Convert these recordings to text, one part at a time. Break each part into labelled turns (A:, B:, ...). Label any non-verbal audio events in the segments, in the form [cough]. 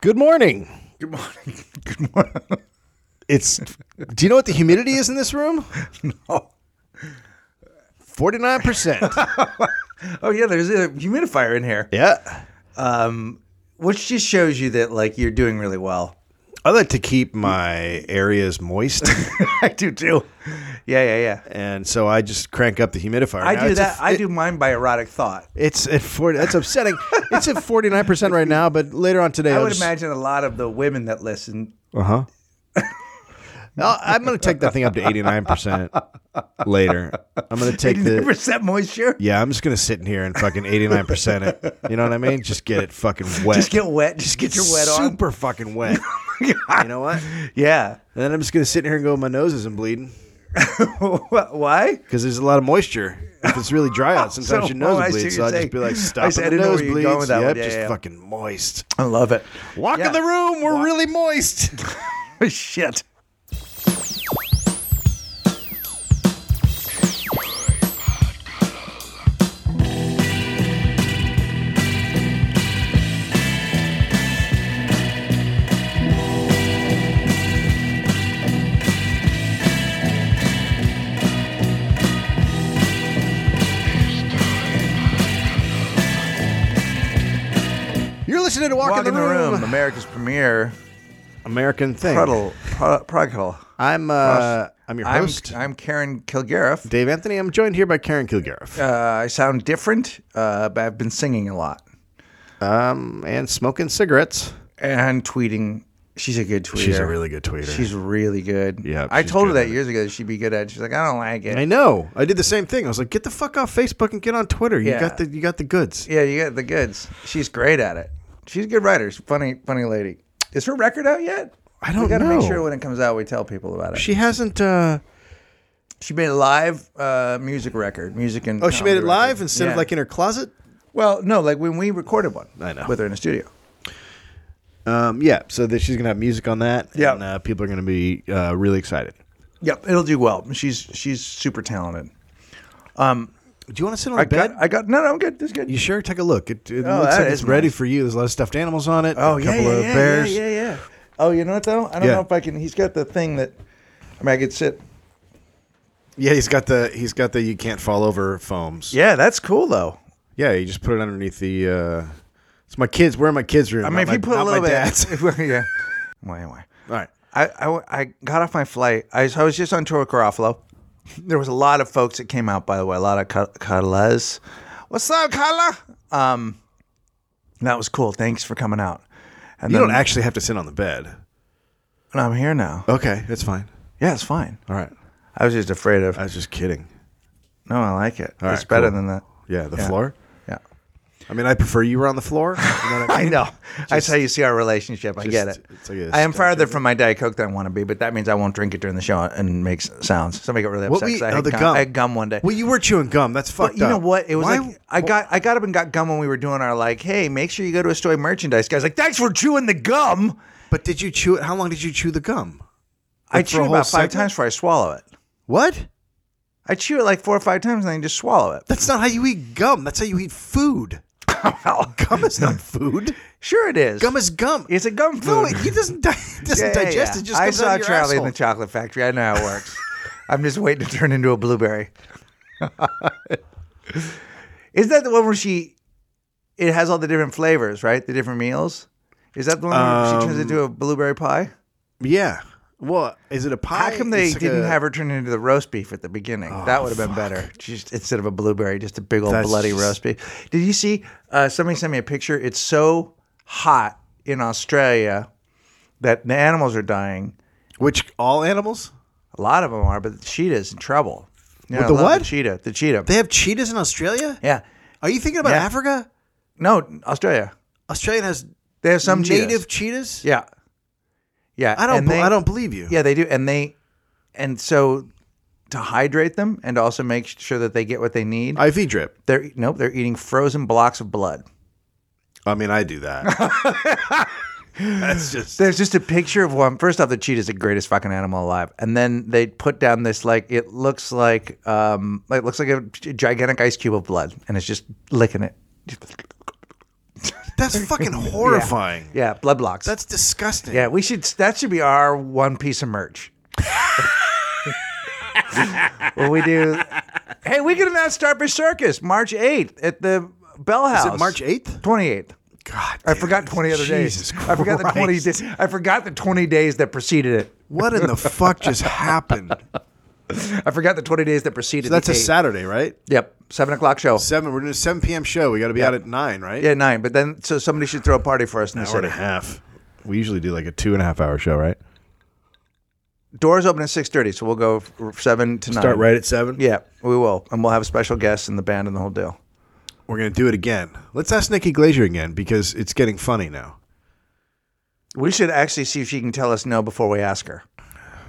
A: Good morning.
B: Good morning. [laughs] Good morning.
A: It's. do you know what the humidity is in this room?
B: Oh,
A: Forty nine percent.
B: oh yeah, there's a humidifier in here, Um,
A: Yeah.
B: which just shows you that like you're doing really well. [laughs]
A: I like to keep my areas moist,
B: I do too. Yeah, yeah, yeah.
A: and so I just crank up the humidifier.
B: I
A: Now
B: do
A: it's a-
B: that. I
A: it-
B: do mine by erotic thought.
A: It's at forty. That's upsetting. it's at forty nine percent right now, but later on today,
B: I
A: I'll
B: would
A: just-
B: imagine a lot of the women that listen. [laughs]
A: Uh huh. I'm going to take that thing up to 89% later. I'm going to take the.
B: percent moisture.
A: Yeah, I'm just going to sit in here and fucking 89% it. You know what I mean? Just get it fucking wet.
B: Just get wet. Just get your wet on. Oh
A: Super fucking wet.
B: [laughs]
A: you know what? And
B: Yeah. [laughs]
A: then I'm just going to sit in here and go, my nose isn't bleeding
B: Wh- Why?
A: because there's a lot of moisture. If it's really dry out, sometimes
B: [laughs] So-
A: your nose
B: oh, I see
A: bleeds.
B: what
A: So I'll
B: you're
A: just be
B: saying.
A: like,
B: I
A: stop
B: see-
A: it.
B: I
A: The
B: didn't know
A: nose
B: where you were going
A: bleeds.
B: with that
A: Yep,
B: one. Yeah,
A: just
B: yeah.
A: fucking moist.
B: I love it. [laughs]
A: Walk
B: Yeah.
A: in the room. We're really moist.
B: [laughs] Shit.
A: You're listening to Walk,
B: Walk
A: in the room.
B: America's premiere
A: American thing.
B: Pruddle. Prud- Prudgle.
A: I'm uh, I'm your
B: I'm,
A: host,
B: I'm Karen Kilgariff.
A: Dave Anthony. I'm joined here by Karen Kilgariff.
B: Uh, I sound different, uh, but I've been singing a lot
A: Um, and smoking cigarettes.
B: and tweeting. She's a good tweeter.
A: good tweeter.
B: She's really good.
A: Yeah,
B: I
A: she's
B: told her
A: good at
B: that years ago that she'd be good at. it. She's like, I don't like it.
A: I know. I did the same thing. I was like, get the fuck off Facebook and get on Twitter. You
B: Yeah.
A: got the you got the goods.
B: yeah, you got the goods. She's great at it. She's a good writer. She's a funny, funny lady. Is her record out yet?
A: I don't
B: we gotta
A: know.
B: make sure when it comes out, we tell people about it. She,
A: She hasn't. uh
B: made a live uh, music record, music and
A: Oh, she made it
B: comedy
A: live
B: record.
A: instead of
B: Yeah.
A: like in her closet.
B: well, no, like when we recorded one.
A: I know.
B: with her in the studio.
A: Um, yeah. So that she's gonna have music on that.
B: Yeah.
A: And, uh, people are gonna be uh, really excited.
B: Yep, it'll do well. She's she's super talented. Um,
A: Do you want to sit on
B: I
A: the bed?
B: got I got no, no, I'm good. This is good.
A: you sure? Take a look. It, it
B: Oh,
A: looks
B: that
A: like it's
B: is
A: ready
B: nice.
A: for you. There's a lot of stuffed animals on it.
B: Oh
A: a
B: yeah,
A: couple
B: yeah,
A: of
B: yeah,
A: bears.
B: yeah, yeah, yeah. Oh, you know what though? I don't
A: Yeah.
B: know if I can. He's got the thing that. I mean, I could sit.
A: Yeah, he's got the he's got the you can't fall over foams.
B: Yeah, that's cool though.
A: Yeah, you just put it underneath the. Uh, it's my kids. We're in my kids' room.
B: I mean, if
A: not
B: you
A: my-
B: put a
A: not my
B: little bit. [laughs]
A: dad's.
B: yeah. Well, anyway,
A: All right.
B: I, I, I got off my flight. I was, I was just on tour with Garofalo. [laughs] There was a lot of folks that came out, by the way. A lot of Ka- Carlas. What's up, Carla? Um, that was cool. Thanks for coming out. And
A: You
B: then
A: don't actually have to sit on the bed.
B: and I'm here now.
A: Okay, that's fine.
B: Yeah, it's fine.
A: All right.
B: I was just afraid of.
A: I was just kidding.
B: No, I like it.
A: All
B: it's
A: right,
B: better
A: cool.
B: than that.
A: Yeah, the
B: Yeah.
A: floor.
B: Yeah.
A: I mean, I prefer you were on the floor. You know what I
B: I
A: mean?
B: know. That's how you see our relationship. I get
A: Just-
B: it.
A: it's like a
B: I
A: statue.
B: am farther from my Diet Coke than I want to be, but that means I won't drink it during the show and make s- sounds. Somebody got really
A: What
B: upset.
A: we,
B: 'cause I,
A: oh,
B: had
A: the
B: gum.
A: gum.
B: I had gum one day.
A: Well, you were chewing gum. That's fucked
B: but you know
A: up.
B: what? It was
A: Why-
B: like I got I got up and got gum when we were doing our like, hey, make sure you go to a store merchandise. Guys, like, thanks for chewing the gum.
A: But did you chew it? How long did you chew the gum?
B: I
A: Like, for a
B: chew it
A: whole
B: about five
A: segment?
B: times before I swallow it.
A: What?
B: I chew it like four or five times and then just swallow it.
A: That's not how you eat gum. That's how you eat food. [laughs] gum is
B: [laughs]
A: not food.
B: Sure, it is.
A: Gum is gum.
B: it's a gum
A: no,
B: food.
A: it, it doesn't,
B: [laughs]
A: di- it doesn't
B: Yeah, yeah,
A: digest.
B: yeah.
A: It just
B: I
A: comes
B: saw
A: out of your
B: Charlie
A: asshole.
B: in the Chocolate Factory. I know how it works. [laughs] I'm just waiting to turn into a blueberry. [laughs] Is that the one where she? It has all the different flavors, right? The different meals. Is that the one where she turns
A: Um,
B: into a blueberry pie?
A: Yeah. Well, is it a pie?
B: How come they
A: It's like
B: didn't
A: a- Oh,
B: have her turn into the roast beef at the beginning? that would have been better. Just instead of a blueberry, just a big old
A: That's
B: bloody
A: just-
B: roast beef. Did you see? Uh, somebody sent me a picture. It's so hot in Australia that the animals are dying.
A: Which all animals?
B: A lot of them are, but the cheetah's in trouble. You
A: With
B: know, I
A: the
B: love
A: what?
B: The cheetah. The cheetah.
A: They have cheetahs in Australia?
B: yeah.
A: Are you thinking about
B: Yeah.
A: Africa?
B: No, Australia.
A: Australia has
B: They have some
A: native
B: cheetahs.
A: cheetahs?
B: Yeah. Yeah.
A: I don't
B: and
A: be-
B: they-
A: I don't believe you.
B: Yeah, they do, and they, and so to hydrate them and also make sure that they get what they need.
A: IV drip.
B: they're nope. They're eating frozen blocks of blood.
A: I mean, I do that.
B: [laughs]
A: That's just
B: There's just a picture of one. First off, the cheetah's the greatest fucking animal alive, and then they put down this like it looks like um like it looks like a gigantic ice cube of blood, and it's just licking it.
A: That's [laughs] fucking horrifying.
B: Yeah, blood blocks.
A: That's disgusting.
B: yeah, we should. That should be our one piece of merch. when we do, hey, we could announce Starfish Circus March eighth at the Bell House.
A: Is it March 8th?
B: Twenty eighth.
A: God.
B: I
A: damn
B: forgot
A: it.
B: twenty other
A: Jesus [laughs]
B: days. I forgot the twenty.
A: Christ.
B: Days, I forgot the twenty days that preceded it.
A: What in the fuck [laughs] just happened?
B: I forgot the twenty days that preceded.
A: That's
B: the
A: a
B: eight.
A: Saturday, right?
B: Yep, seven o'clock show.
A: Seven. We're doing a seven p.m. show. We got to be out at nine, right?
B: Yeah, nine. But then, so somebody should throw a party for us in the
A: Hour and
B: city.
A: a half. We usually do like a two and a half hour show, right?
B: Doors open at six thirty, so we'll go f- seven to nine.
A: Start right at seven.
B: Yeah, we will, and we'll have special guests and the band and the whole deal.
A: We're gonna do it again. Let's ask Nikki Glazier again because it's getting funny now.
B: We should actually see if she can tell us no before we ask her.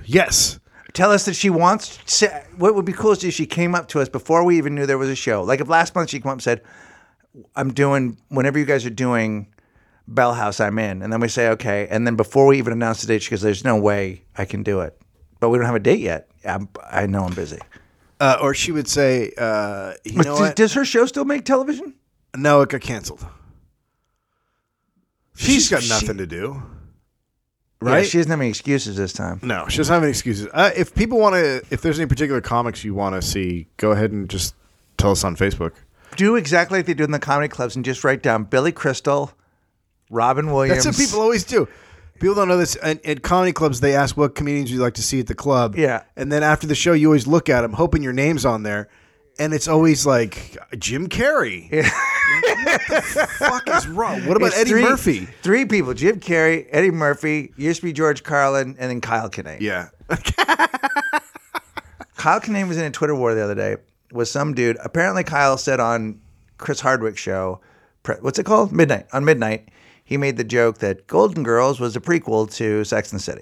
A: Yes.
B: Tell us that she wants. sa- What would be cool is if she came up to us before we even knew there was a show. Like if last month she came up and said, "I'm doing whenever you guys are doing Bell House, I'm in," and then we say, "Okay," and then before we even announce the date, she goes, "There's no way I can do it," but we don't have a date yet. I'm, I know I'm busy.
A: Uh, or she would say, uh, "You know
B: does,
A: what?
B: does her show still make television?
A: No, it got canceled.
B: She's-
A: she's got
B: she-
A: nothing to do,
B: Yeah,
A: right?
B: she doesn't have any excuses this time.
A: No, she doesn't have any excuses. Uh, if people want to, if there's any particular comics you want to see, go ahead and just tell us on Facebook.
B: do exactly like they do in the comedy clubs and just write down Billy Crystal, Robin Williams.
A: That's what people always do. People don't know this. At, at comedy clubs, they ask what comedians you like to see at the club.
B: Yeah.
A: And then after the show, you always look at them, hoping your name's on there. And it's always like Jim Carrey. what the fuck is wrong? What about
B: It's
A: Eddie
B: three-
A: Murphy?
B: Three people: Jim Carrey, Eddie Murphy, used to be George Carlin, and then Kyle Kinane.
A: Yeah. [laughs]
B: Kyle Kinane was in a Twitter war the other day with some dude. Apparently, Kyle said on Chris Hardwick's show, pre- what's it called? Midnight. On Midnight, he made the joke that Golden Girls was a prequel to Sex and the City.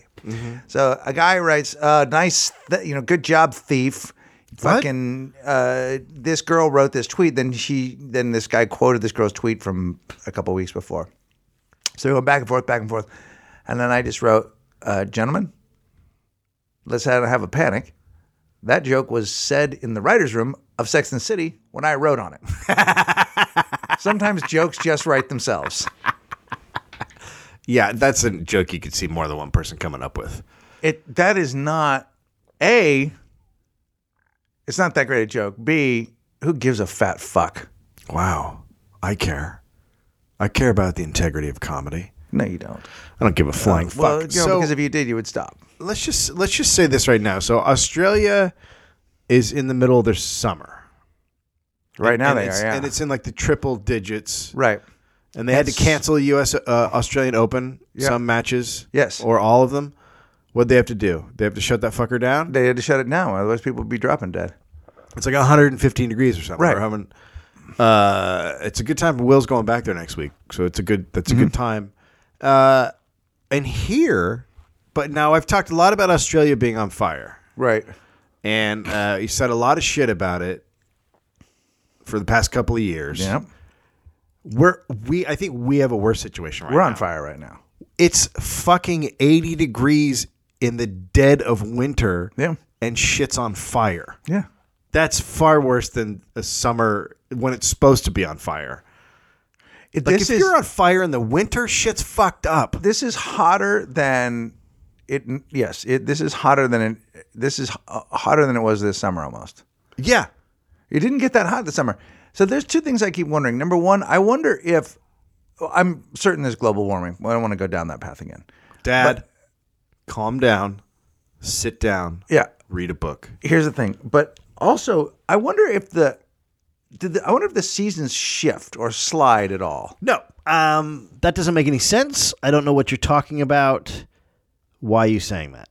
B: So a guy writes, uh, "Nice, th- you know, good job, thief." Fucking uh, this girl wrote this tweet. Then she, then this guy quoted this girl's tweet from a couple weeks before. So we went back and forth, back and forth, and then I just wrote, uh, "Gentlemen, let's not have a panic." That joke was said in the writer's room of Sex and the City when I wrote on
A: [laughs]
B: it. Sometimes jokes just write themselves.
A: Yeah, that's a joke you could see more than one person coming up with.
B: It that is not A it's not that great a joke. B, who gives a fat fuck?
A: Wow. I care. I care about the integrity of comedy.
B: No, you don't.
A: I don't give a flying fuck.
B: Well, you know,
A: So-
B: because if you did, you would stop.
A: let's just let's just say this right now. So Australia is in the middle of their summer.
B: Right now
A: and
B: they
A: it's,
B: are, yeah.
A: And it's in like the triple digits.
B: right.
A: And they had to cancel U.S. Uh, Australian Open some matches.
B: Yes.
A: Or all of them. What'd they have to do? They have to shut that fucker down.
B: They had to shut it down, otherwise people would be dropping dead.
A: It's like 115 degrees or something.
B: Right.
A: We're having, uh, it's a good time. Will's going back there next week, so it's a good. That's a good
B: Mm-hmm.
A: time. Uh, and here, but now I've talked a lot about Australia being on fire.
B: Right.
A: and uh, he said a lot of shit about it for the past couple of years.
B: Yeah.
A: We're we I think we have a worse situation right
B: We're
A: now.
B: on fire right now.
A: It's fucking 80 degrees in the dead of winter.
B: Yeah.
A: And shit's on fire.
B: Yeah.
A: That's far worse than a summer when it's supposed to be on fire. Like
B: this
A: if
B: is
A: you're on fire in the winter, shit's fucked up.
B: this is hotter than it. Yes, it, this is hotter than it. This is ho- hotter than it was this summer almost.
A: Yeah.
B: It didn't get that hot this summer. So there's two things I keep wondering. Number one, I wonder if well, I'm certain there's global warming. Well, I don't want to go down that path again.
A: Dad, calm down. Sit down.
B: Yeah.
A: Read a book.
B: Here's the thing, but also I wonder if the did the, I wonder if the seasons shift or slide at all.
A: No. Um, that doesn't make any sense. I don't know what you're talking about. Why are you saying that?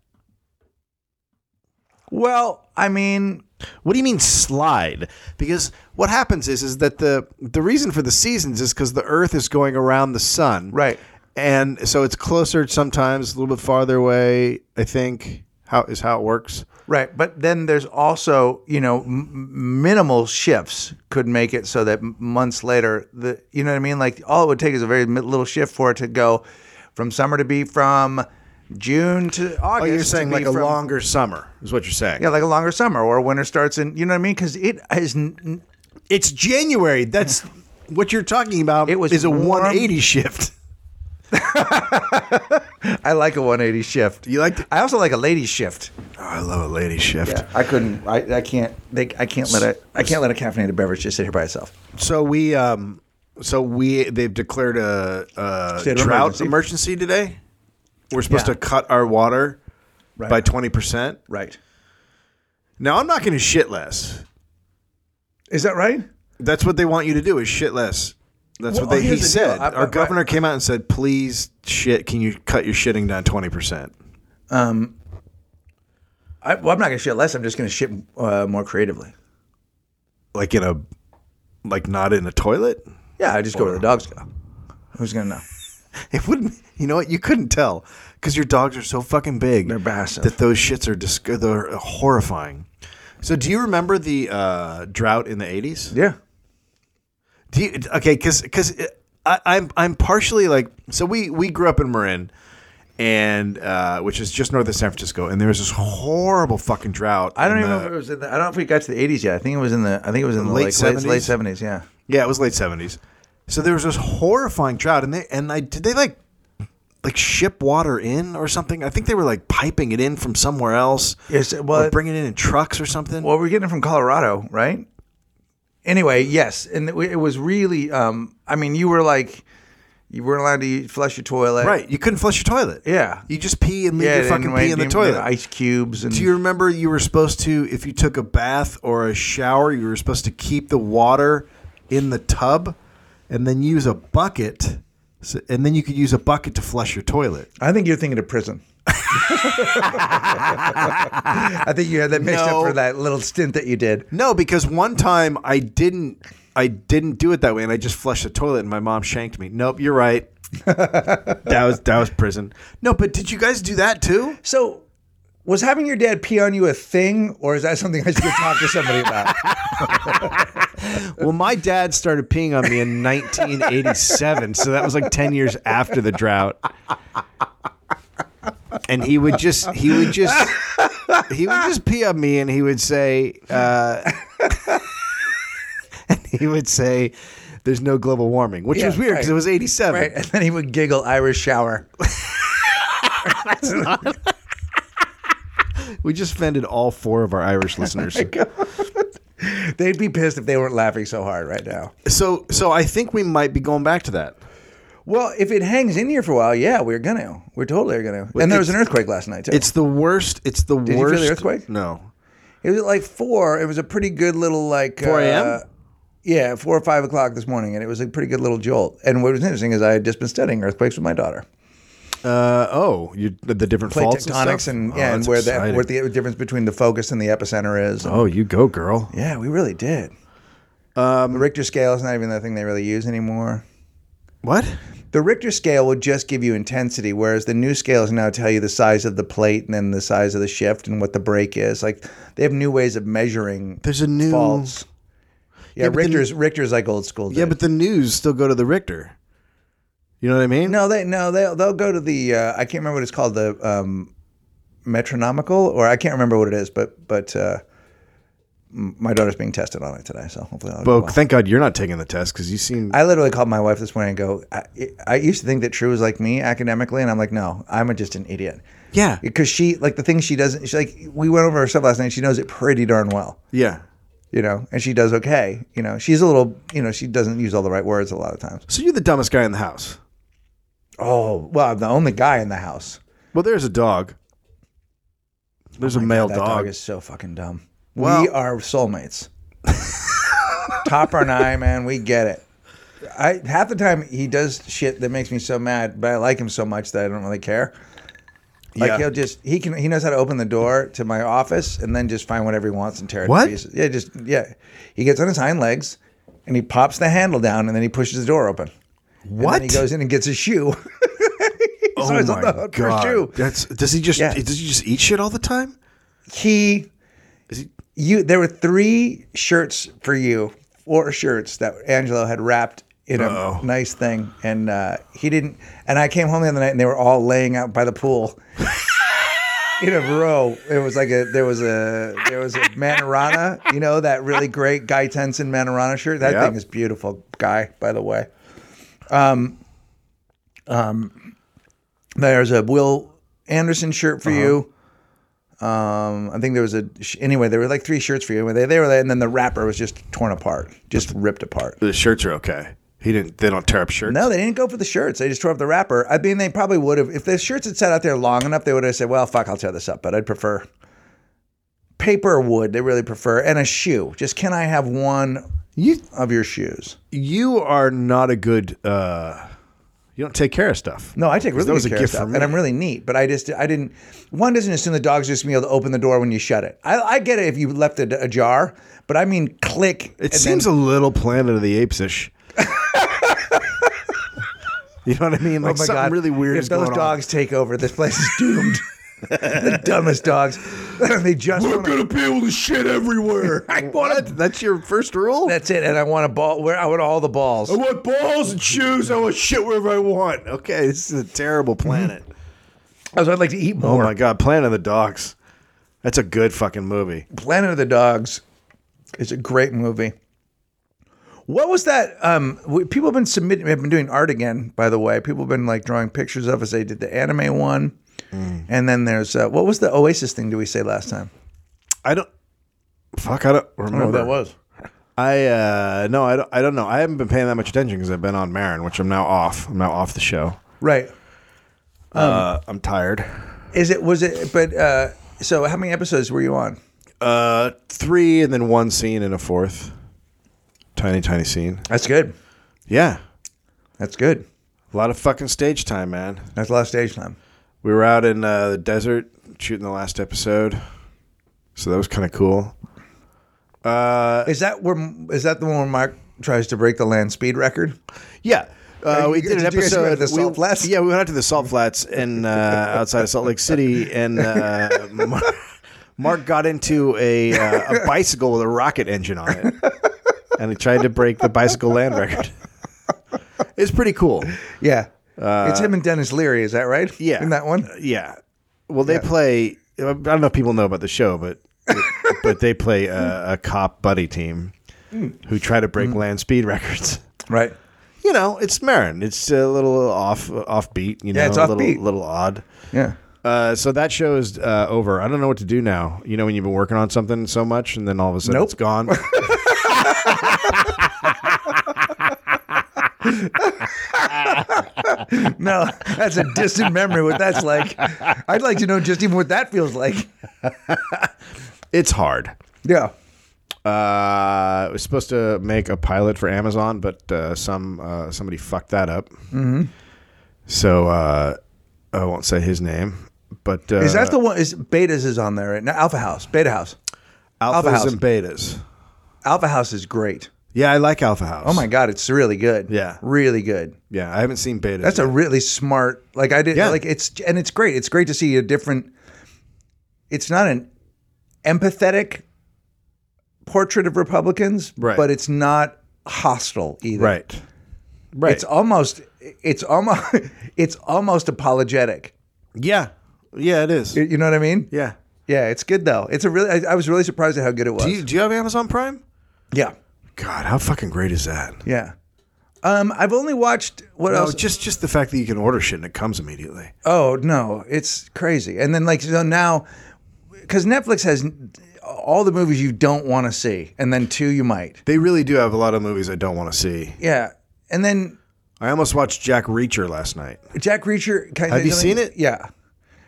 B: Well, I mean,
A: What do you mean slide? Because what happens is is that the the reason for the seasons is because the Earth is going around the sun,
B: Right.
A: And so it's closer sometimes, a little bit farther away. I think how is how it works.
B: Right, but then there's also you know m- minimal shifts could make it so that m- months later the you know what I mean like all it would take is a very mi- little shift for it to go from summer to be from June to August.
A: Oh, you're
B: to
A: saying
B: be
A: like a
B: from-
A: longer summer is what you're saying.
B: yeah like a longer summer or winter starts in you know what I mean because it has n- n-
A: [laughs] It's January. That's What you're talking about
B: It was
A: is a
B: warm.
A: 180 shift.
B: I like a 180 shift.
A: You like?
B: I also like a lady shift.
A: Oh, I love a lady shift.
B: I couldn't. I, I can't. They, I can't let a. I can't let a caffeinated beverage just sit here by itself.
A: So we um so we they've declared a, a
B: State of
A: drought
B: emergency.
A: emergency. today. We're supposed
B: Yeah.
A: to cut our water
B: Right.
A: by 20%.
B: Right.
A: Now I'm not going to shit less.
B: Is that right?
A: That's what they want you to do is shit less. That's
B: Well,
A: what they, he
B: here's the deal.
A: said.
B: I- I-
A: our governor came out and said, "Please shit, can you cut your shitting down 20%?"
B: I, well, I'm not gonna shit less. I'm just gonna shit uh, more creatively.
A: Like in a like not in a toilet?
B: Yeah, I just go where the dogs go. Who's gonna know?
A: It wouldn't You know what? You couldn't tell cuz your dogs are so fucking big.
B: They're massive.
A: that those shits are dis- they're horrifying. So do you remember the uh, drought in the eighties?
B: yeah.
A: Do you, okay, because I'm I'm partially like so we we grew up in Marin, and uh, which is just north of San Francisco, and there was this horrible fucking drought.
B: I don't
A: in
B: even know
A: the-
B: if it was in the, I don't know if we got to the 80s yet. I think it was in the I think it was in the
A: Late
B: late like, late- late
A: 70s?
B: 70s. Yeah.
A: Yeah, it was late seventies. So there was this horrifying drought, and they and I did they like like ship water in or something? I think they were like piping it in from somewhere else.
B: Yes,
A: Or
B: well,
A: bringing it in in trucks or something.
B: well, we're getting it from Colorado, right? Anyway, yes, and it wa- it was really. Um, I mean, you were like, you weren't allowed to eat- flush your toilet,
A: Right, you couldn't flush your toilet.
B: Yeah.
A: you just pee and leave
B: Yeah,
A: your
B: and
A: fucking
B: when-
A: pee in the
B: and
A: toilet.
B: Ice cubes and
A: Do you remember you were supposed to, if you took a bath or a shower, you were supposed to keep the water in the tub, and then use a bucket, so, and then you could use a bucket to flush your toilet.
B: I think you're thinking of prison. [laughs] I think you had that mixed
A: No.
B: up for that little stint that you did.
A: No, because one time I didn't, I didn't do it that way, and I just flushed the toilet, and my mom shanked me. Nope, you're [laughs] right. that was that was prison. No, but did you guys do that too?
B: So, was having your dad pee on you a thing, or is that something [laughs] I should go talk to somebody
A: [laughs]
B: about?
A: Well, my dad started peeing on me in 1987, so that was like 10 years after the drought. And he would just he would just he would just pee on me, and he would say, uh, [laughs] and he would say, "There's no global warming," which
B: Yeah,
A: was weird because
B: right.
A: it was 87.
B: Right, and then he would giggle Irish shower.
A: We just offended all four of our
B: [laughs] Oh
A: Irish listeners.
B: They'd be pissed if they weren't laughing so hard right now.
A: so so I think we might be going back to that.
B: Well, if it hangs in here for a while, yeah, we're gonna, we're totally gonna. And there was an earthquake last night too.
A: It's the worst. It's the
B: you feel
A: worst
B: the earthquake?
A: No.
B: it was at like four. It was a pretty good little like uh,
A: 4 a.m.?
B: yeah, four or five o'clock this morning, and it was a pretty good little jolt. And what was interesting is I had just been studying earthquakes with my daughter.
A: Uh, oh, you, the the different
B: plate
A: faults
B: tectonics
A: and, stuff?
B: and,
A: Oh,
B: yeah, and
A: that's
B: where the,
A: exciting.
B: where the difference between the focus and the epicenter is.
A: oh, you go, girl.
B: Yeah, we really did.
A: Um,
B: the Richter scale is not even the thing they really use anymore.
A: What?
B: The Richter scale would just give you intensity, whereas the new scales now tell you the size of the plate and then the size of the shift and what the break is. Like they have new ways of measuring.
A: There's a new-
B: faults. Yeah,
A: Yeah, but the-
B: Richter's Richter's like old school.
A: Yeah,
B: dude.
A: but the news still go to the Richter. You know what I mean?
B: no, they no they'll they'll go to the uh, I can't remember what it's called the um, metronomical or I can't remember what it is, but but uh, m- my daughter's being tested on it today, so hopefully I'll.
A: Well, thank God you're not taking the test because you seem.
B: I literally called my wife this morning and go, I, I used to think that True was like me academically, and I'm like, no, I'm just an idiot.
A: yeah,
B: Because she, like, the thing she doesn't, she, like, we went over her stuff last night, she knows it pretty darn well,
A: yeah.
B: you know, and she does okay. You know, she's a little, you know, she doesn't use all the right words a lot of times.
A: So you're the dumbest guy in the house.
B: Oh, well, I'm the only guy in the house.
A: Well, there's a dog. There's a male
B: Oh That
A: dog.
B: dog is so fucking dumb.
A: Well-
B: we are soulmates. [laughs] Topper and I, man, we get it. I half the time he does shit that makes me so mad, but I like him so much that I don't really care. Like
A: Yeah.
B: he'll just he can he knows how to open the door to my office and then just find whatever he wants and tear it
A: What?
B: to pieces. Yeah, just yeah. He gets on his hind legs and he pops the handle down and then he pushes the door open.
A: what?
B: And then he goes in and gets his shoe. [laughs] He's
A: oh
B: always on
A: my
B: the hook for a shoe.
A: God. That's does he just
B: Yeah.
A: does he just eat shit all the time?
B: he, you there were three shirts for you four shirts that angelo had wrapped in a
A: Uh-oh.
B: nice thing and uh, he didn't and i came home the other night and they were all laying out by the pool in a row. It was like a there was a there was a Manorana, you know that really great Guy Tenson Manorana shirt. That
A: Yep.
B: thing is beautiful, Guy. By the way, um, um, there's a Will Anderson shirt for you. Um, I think there was a sh- anyway. There were like three shirts for you. Anyway, they they were there, and then the wrapper was just torn apart, just ripped apart.
A: The shirts are okay. He didn't. They don't tear up shirts.
B: No, they didn't go for the shirts. They just tore up the wrapper. I mean, they probably would have. If the shirts had sat out there long enough, they would have said, well, fuck, I'll tear this up. But I'd prefer paper or wood. They really prefer. And a shoe. Just can I have one
A: You
B: of your shoes?
A: you are not a good. uh You don't take care of stuff.
B: No, I take really
A: that was
B: good
A: a
B: care of
A: gift
B: stuff,
A: from
B: and
A: me.
B: I'm really neat. But I just, I didn't. One doesn't assume the dog's just gonna be able to open the door when you shut it. I, I get it if you left it ajar, but I mean, click.
A: It seems a little Planet of the Apes
B: [laughs]
A: ish. you know what I mean? Like something really weird
B: Oh If
A: is
B: those
A: going
B: dogs take over, this place is
A: [laughs]
B: doomed. [laughs] the dumbest dogs. [laughs] they just
A: on.
B: want to
A: peel the shit everywhere. [laughs] I want it. That's your first rule.
B: That's it. And I want a ball. Where I want all the balls.
A: want balls and shoes. I want shit wherever I want. Okay, this is a terrible planet.
B: Also, I'd like to eat
A: oh
B: more.
A: my god, Planet of the Dogs. That's a good fucking movie.
B: Planet of the Dogs is a great movie. What was that? Um, we- people have been submitting. Have been doing art again. By the way, people have been like drawing pictures of us. They did the anime one, and then there's uh, what was the Oasis thing? Did we say last time?
A: I don't. Fuck, I don't
B: I don't know
A: remember.
B: what Oh, that was.
A: I uh no, I don't. I don't know. I haven't been paying that much attention because I've been on Marin, which I'm now off. I'm now off the show.
B: Right. Um,
A: uh, I'm tired.
B: Is it? Was it? But uh, so, how many episodes were you on?
A: Uh, three and then one scene and a fourth. Tiny, tiny scene.
B: That's good.
A: Yeah,
B: That's good.
A: a lot of fucking stage time, man.
B: That's a lot of stage time.
A: We were out in uh, the desert shooting the last episode, so that was kind of cool. Uh,
B: Is that where? Is that the one where Mark tries to break the land speed record?
A: yeah. Uh,
B: you-
A: we did an
B: did you guys go
A: episode.
B: to the Salt
A: we,
B: Flats?
A: Yeah, we went out to the Salt Flats and uh,
B: [laughs]
A: outside of Salt Lake City, and uh, Mark, Mark got into a, uh, a bicycle with a rocket engine on it, and he tried to break the bicycle land record. It's pretty cool. Uh,
B: Yeah. it's him and Dennis Leary, is that right?
A: Yeah.
B: In that one?
A: Yeah. Well, they play. I don't know if people know about the show, but but they play a, a cop buddy team
B: Hmm.
A: who try to break land speed records.
B: Right.
A: You know, it's Marin. It's a little off offbeat. You know,
B: Yeah, it's
A: a little
B: offbeat.
A: little odd.
B: Yeah.
A: Uh, so that show is uh, over. I don't know what to do now. You know, when you've been working on something so much, and then all of a sudden
B: Nope.
A: it's
B: [laughs]
A: gone.
B: No, that's a distant memory what that's like. I'd like to know just even what that feels like.
A: it's hard.
B: Yeah.
A: Uh, it was supposed to make a pilot for Amazon, but uh, some uh, somebody fucked that up. Mm-hmm. So uh, I won't say his name, but uh,
B: Is that the one is betas is on there right now? Alpha House. Beta House. Alpha
A: alphas
B: House?
A: and betas?
B: Alpha House is great.
A: Yeah, I like Alpha House.
B: Oh my god, it's really good.
A: Yeah.
B: Really good.
A: Yeah, I haven't seen betas.
B: That's a really smart like I did
A: Yeah.
B: like it's and it's great. It's great to see a different it's not an empathetic portrait of Republicans,
A: Right.
B: but it's not hostile either.
A: right, right.
B: It's almost it's almost [laughs] it's almost apologetic.
A: yeah, yeah, it is.
B: You- You know what I mean?
A: yeah.
B: Yeah, it's good though. It's a really I, I was really surprised at how good it was.
A: Do you, do you have Amazon Prime?
B: yeah.
A: God, how fucking great is that?
B: Yeah. Um, I've only watched what
A: No,
B: else?
A: just just the fact that you can order shit and it comes immediately.
B: Oh no, it's crazy. And then like so now, because Netflix has all the movies you don't want to see, and then two you might.
A: They really do have a lot of movies I don't want to see.
B: Yeah, and then
A: I almost watched Jack Reacher last night.
B: Jack Reacher. Can I
A: Have
B: say
A: you
B: something?
A: seen it?
B: Yeah.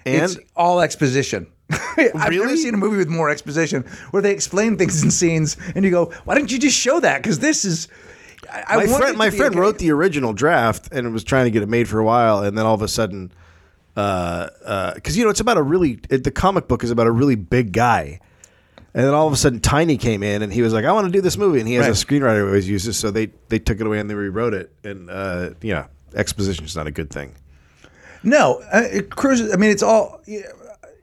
A: And
B: it's all exposition. [laughs] I've never
A: Really?
B: seen a movie with more exposition where they explain things in scenes, and you go, "Why didn't you just show that?" Because this is. I,
A: my
B: I want it
A: friend,
B: to
A: my
B: be
A: friend
B: okay.
A: wrote the original draft and was trying to get it made for a while, and then all of a sudden, because uh, 'cause you know it's about a really it, the comic book is about a really big guy, and then all of a sudden Tiny came in and he was like, "I want to do this movie," and he has
B: Right.
A: a screenwriter who always uses, so they they took it away and they rewrote it, and uh, you know exposition is not a good thing.
B: No, uh, it cruises. I mean, it's all.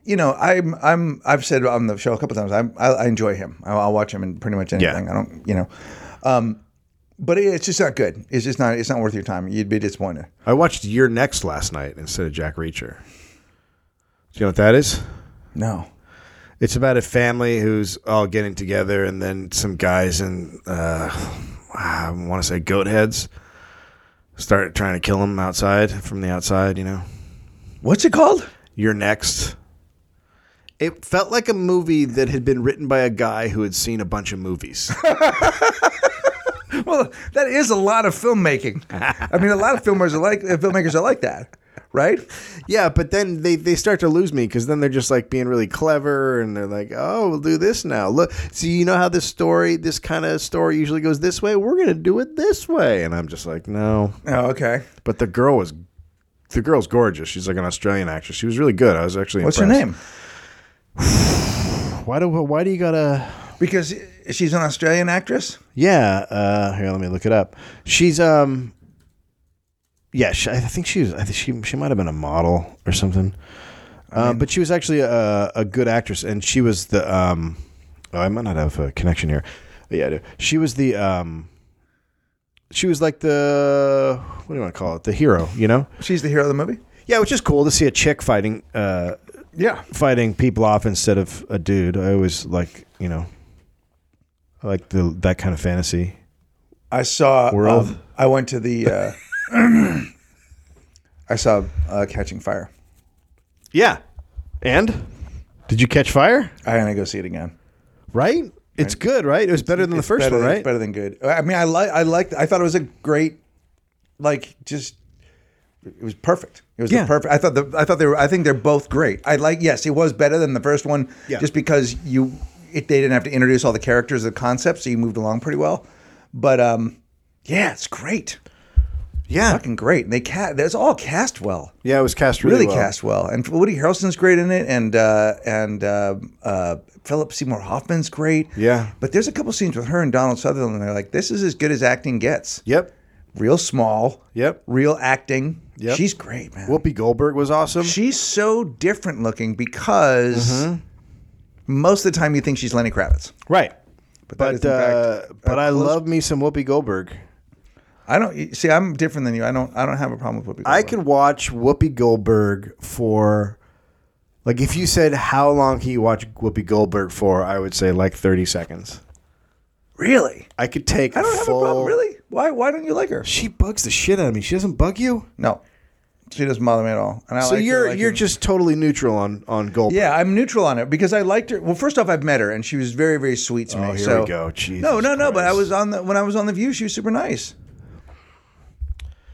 B: You know, I'm. I'm. I've said on the show a couple times. I'm, I, I enjoy him. I'll, I'll watch him in pretty much anything. I don't. You know, um, but it, it's just not good. It's just not. It's not worth your time. You'd be disappointed.
A: I watched Your Next last night instead of Jack Reacher. Do you know what that is?
B: No.
A: It's about a family who's all getting together, and then some guys in, uh, I want to say goat heads, start trying to kill him outside from the outside. You know,
B: What's it called?
A: you're next. It felt like a movie that had been written by a guy who had seen a bunch of movies.
B: Well, that is a lot of filmmaking. I mean, a lot
A: [laughs]
B: of filmmakers are like uh, filmmakers are like that, right?
A: yeah, but then they, they start to lose me because then they're just like being really clever and they're like, oh, we'll do this now. Look, see, you know how this story, this kind of story usually goes this way? We're going to do it this way. And I'm just like, no.
B: Oh, okay.
A: But the girl was, the girl's gorgeous. She's like an Australian actress. She was really good. I was actually
B: What's her
A: impressed.
B: name?
A: Why do, why do you got to,
B: Because she's an Australian actress.
A: yeah, uh, here, let me look it up. She's, um, yeah, she, I think she was, I think she, she might have been a model or something. Uh, but she was actually a, a good actress, and she was the, um, oh, I might not have a connection here. Yeah, I do. She was the, um, she was like the, what do you want to call it? The hero, you know?
B: She's the hero of the movie.
A: Yeah, which is cool to see a chick fighting, uh,
B: Yeah.
A: fighting people off instead of a dude. I always like, you know, I like the that kind of fantasy.
B: I saw.
A: World.
B: um, I went to the. Uh,
A: [laughs]
B: [coughs] I saw uh, Catching Fire.
A: Yeah. And did you catch fire?
B: I gotta go see it again.
A: Right? It's good, right? It was better than the
B: It's
A: first
B: better
A: one,
B: than-
A: right?
B: It's better than good. I mean, I like. I liked. I thought it was a great, like, just. It was perfect. It was
A: Yeah.
B: the perfect. I thought the. I thought they were. I think they're both great. I like. Yes, it was better than the first one.
A: Yeah.
B: Just because you, it, they didn't have to introduce all the characters, the concepts, so you moved along pretty well. But um, yeah, it's great.
A: Yeah.
B: Fucking great. And they cast. It's all cast well.
A: Yeah, it was cast really,
B: really
A: well.
B: cast well. And Woody Harrelson's great in it, and uh, and uh, uh, Philip Seymour Hoffman's great.
A: Yeah.
B: But there's a couple scenes with her and Donald Sutherland, and they're like, "This is as good as acting gets."
A: Yep.
B: Real small.
A: Yep.
B: Real acting.
A: Yep.
B: She's great, man.
A: Whoopi Goldberg was awesome.
B: she's so different looking because
A: Mm-hmm.
B: most of the time you think she's Lenny Kravitz.
A: right.
B: But, that is
A: But
B: in fact-
A: uh, but I love me some Whoopi Goldberg.
B: I don't you- see. I'm different than you. I don't. I don't have a problem with Whoopi.
A: I
B: Goldberg.
A: could watch Whoopi Goldberg for like if you said how long can you watch Whoopi Goldberg for, I would say like 30 seconds.
B: really.
A: I could take
B: I don't have
A: full
B: a problem. Really. Why? Why don't you like her?
A: She bugs the shit out of me. She doesn't bug you?
B: No. She doesn't bother me at all. And I
A: So
B: like her
A: you're
B: liking-
A: you're just totally neutral on on Goldberg.
B: Yeah, I'm neutral on it because I liked her. Well, first off, I've met her and she was very, very sweet to me.
A: Oh, here
B: so.
A: we go. Jesus
B: No, no, no. But I
A: Christ.
B: was on the when I was on the View, she was super nice.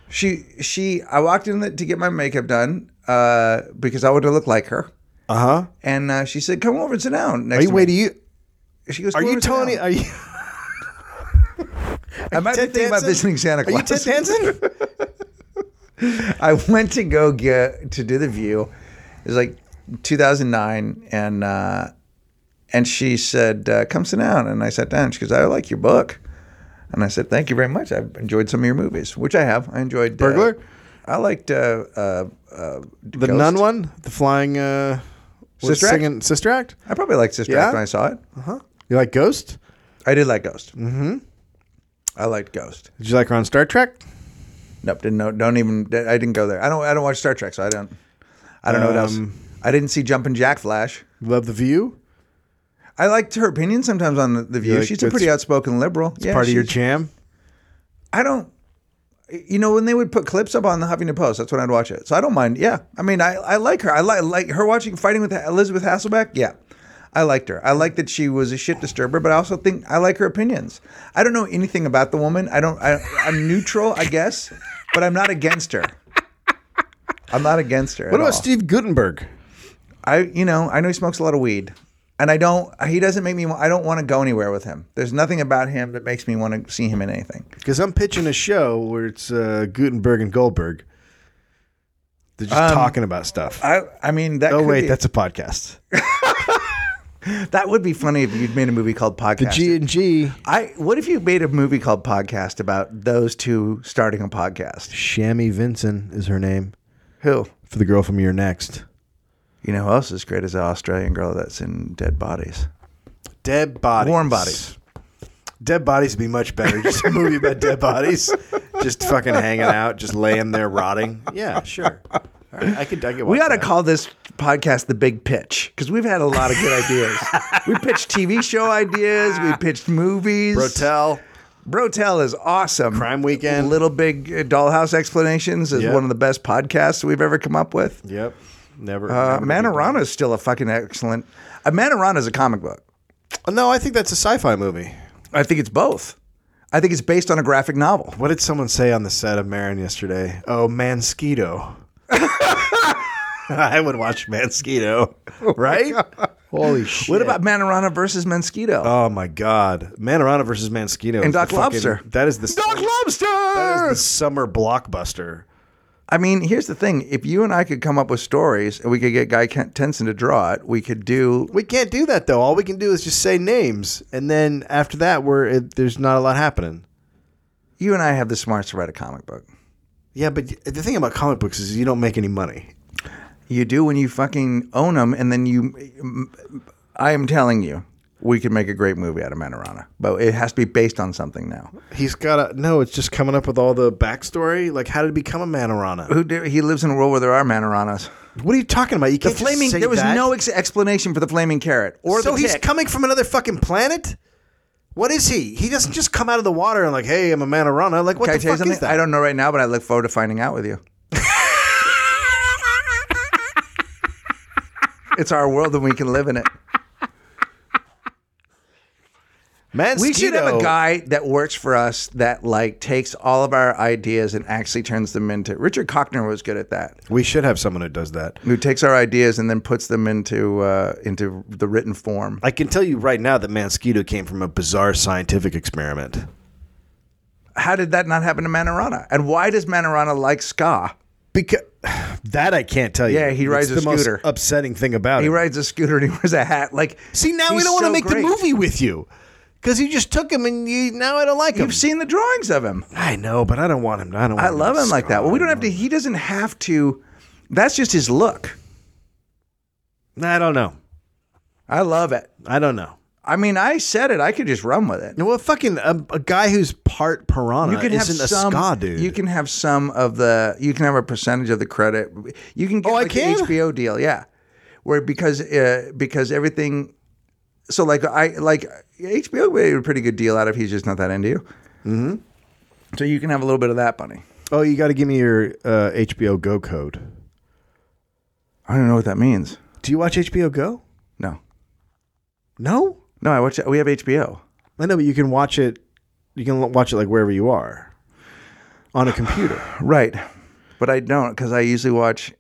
B: She, she. I walked in the, to get my makeup done uh, because I wanted to look like her,
A: Uh huh.
B: and uh, she said, "Come over and sit down." Next
A: Are you
B: to me."
A: waiting? You
B: She goes,
A: are
B: "Come over
A: you
B: and sit
A: Tony?
B: down."
A: Are [laughs] you
B: I might be
A: Ted
B: thinking about
A: Danson?
B: visiting Santa
A: are
B: Claus.
A: you Ted [laughs] Danson?
B: I [laughs] went to go get to do the view. It was like 2009, and uh, and she said, uh, "Come sit down." And I sat down. She goes, "I like your book," and I said, "Thank you very much. I've enjoyed some of your movies, which I have. I enjoyed uh,
A: Burglar?
B: I liked uh, uh, uh,
A: the
B: Ghost.
A: nun one, the flying uh, was
B: Sister Act?
A: singing sister act.
B: I probably liked Sister
A: Yeah?
B: Act when I saw it.
A: Huh? You like Ghost?
B: I did like Ghost. Mm-hmm. I liked Ghost.
A: Did you like her on Star Trek?
B: Nope, didn't know. Don't even. I didn't go there. I don't. I don't watch Star Trek, so I don't. I don't know what else.
A: Um,
B: I didn't see Jumpin' Jack Flash.
A: Love the View.
B: I liked her opinion sometimes on the, the View.
A: You're like,
B: she's a
A: that's-
B: pretty outspoken liberal. It's
A: Part of your jam.
B: I don't. You know when they would put clips up on the Huffington Post, that's when I'd watch it. So I don't mind. Yeah, I mean, I, I like her. I like like her watching fighting with Elizabeth Hasselbeck. Yeah, I liked her. I like that she was a shit disturber, but I also think I like her opinions. I don't know anything about the woman. I don't. I, I'm neutral, I guess, but I'm not against her. I'm not against her.
A: What about Steve Gutenberg?
B: I you know I know he smokes a lot of weed, and I don't. He doesn't make me. wa- I don't want to go anywhere with him. There's nothing about him that makes me want to see him in anything.
A: Because I'm pitching a show where it's uh, Gutenberg and Goldberg. They're just talking about stuff.
B: I I mean that.
A: oh
B: could
A: wait,
B: be-
A: that's a podcast.
B: that would be funny if you'd made a movie called
A: The
B: Podcast.
A: G and G
B: I what if you made a movie called Podcast about those two starting a podcast?
A: Shammy Vincent is her name
B: Who?
A: for the girl from Your Next.
B: You know who else is great as the Australian girl that's in Dead Bodies?
A: Dead bodies.
B: Warm Bodies.
A: Dead bodies would be much better. Just a movie about dead bodies. Just fucking hanging out, just laying there rotting. Yeah, sure. All right, I could. I could
B: We
A: watch
B: ought to
A: that.
B: call this podcast the big pitch because we've had a lot of good ideas. we pitched TV show ideas.
A: [laughs]
B: We pitched movies.
A: Brotel.
B: Brotel is awesome.
A: Crime Weekend.
B: Little Big uh, Dollhouse Explanations is
A: Yep.
B: one of the best podcasts we've ever come up with.
A: Yep. Never.
B: Uh,
A: never did
B: Manorama is still a fucking excellent. Uh, Manorama is a comic book.
A: that. No, I think that's a sci-fi movie.
B: I think it's both. I think it's based on a graphic novel.
A: What did someone say on the set of Marin yesterday? Oh, Mansquito. [laughs] I would watch Mansquito. [laughs] Right? Oh Holy shit.
B: What about Manorama versus Mosquito?
A: Oh my god. Manorama versus Mansquito. is
B: And Doc
A: the fucking-
B: Lobster.
A: That is the
B: Doc Lobster.
A: that is the summer blockbuster.
B: I mean, here's the thing: if you and I could come up with stories, and we could get Guy Kent Tenson to draw it, we could do.
A: We can't do that though. All we can do is just say names and then after that we're it, there's not a lot happening.
B: You and I have the smarts to write a comic book.
A: Yeah, but the thing about comic books is you don't make any money.
B: You do when you fucking own them, and then you. I am telling you, we could make a great movie out of Manorama, but it has to be based on something now.
A: He's got to no, it's just coming up with all the backstory. Like how did he become a Manorama?
B: Who do, he lives in a world where there are Manoramas.
A: What are you talking about? You
B: The
A: can't just
B: flaming.
A: say
B: There was
A: that.
B: no ex- explanation for the flaming carrot or
A: So
B: the
A: he's
B: tick.
A: coming from another fucking planet. What is he? He doesn't just come out of the water and like, hey, I'm a Manorana. Like, what
B: Can I
A: the
B: tell you
A: fuck
B: something?
A: is that?
B: I don't know right now, but I look forward to finding out [laughs] with you. it's our world, and we can live in it.
A: Mansquito.
B: We should have a guy that works for us that like takes all of our ideas and actually turns them into. Richard Cochner was good at that.
A: We should have someone who does that.
B: Who takes our ideas and then puts them into uh, into the written form?
A: I can tell you right now that Mansquito came from a bizarre scientific experiment.
B: How did that not happen to Manorana? And why does Manorana like ska?
A: Because [sighs] that I can't tell you.
B: Yeah, he rides
A: It's
B: a
A: the most
B: scooter.
A: upsetting thing about
B: He
A: it.
B: rides a scooter and he wears a hat. Like,
A: See, now we
B: he's
A: don't want to
B: so
A: make
B: great.
A: the movie with you because you just took him, and you, now I don't like him.
B: You've seen the drawings of him.
A: I know, but I don't want him. I don't. Want
B: I love him like that. Well, we don't have to. He doesn't have to. That's just his look.
A: I don't know.
B: I love it.
A: I don't know.
B: I mean, I said it. I could just run with it.
A: No, well, fucking a, a guy who's part piranha
B: You can have
A: Uh, isn't
B: some.
A: a ska dude.
B: You can have some of the. You can have a percentage of the credit. You can get
A: Oh, I
B: like the
A: can?
B: HBO deal, yeah, where because uh, because everything. So like I like HBO made a pretty good deal out of he's just not that into you. Mm-hmm. So you can have a little bit of that money.
A: oh, you got to give me your uh, HBO Go code.
B: I don't know what that means.
A: Do you watch HBO Go?
B: No,
A: No,
B: no, I watch. We have HBO.
A: I know, but you can watch it. You can l- watch it like wherever you are, on a computer.
B: Right. But I don't because I usually watch.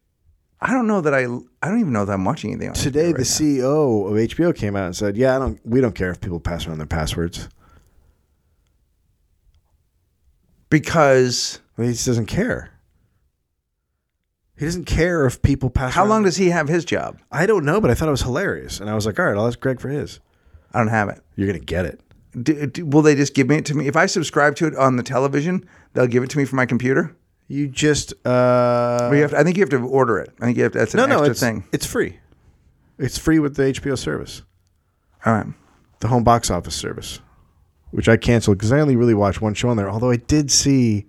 B: I don't know that I. I don't even know that I'm watching anything. On
A: Today,
B: HBO
A: the CEO of HBO came out and said, "Yeah, I don't. We don't care if people pass around their passwords.
B: because
A: He just doesn't care. He doesn't care if people pass.
B: how
A: around-
B: long does he have his job?
A: I don't know, but I thought it was hilarious, and I was like, "All right, I'll ask Greg for his.
B: I don't have it.
A: You're gonna get it."
B: Do, do, will they just give me it to me if I subscribe to it on the television? They'll give it to me for my computer.
A: You just uh,
B: Or you have to, I think you have to order it. I think you have to, that's an
A: no,
B: extra
A: no, it's
B: thing.
A: it's free. It's free with the HBO service,
B: All right.
A: the home box office service, which I canceled because I only really watch one show on there. Although I did see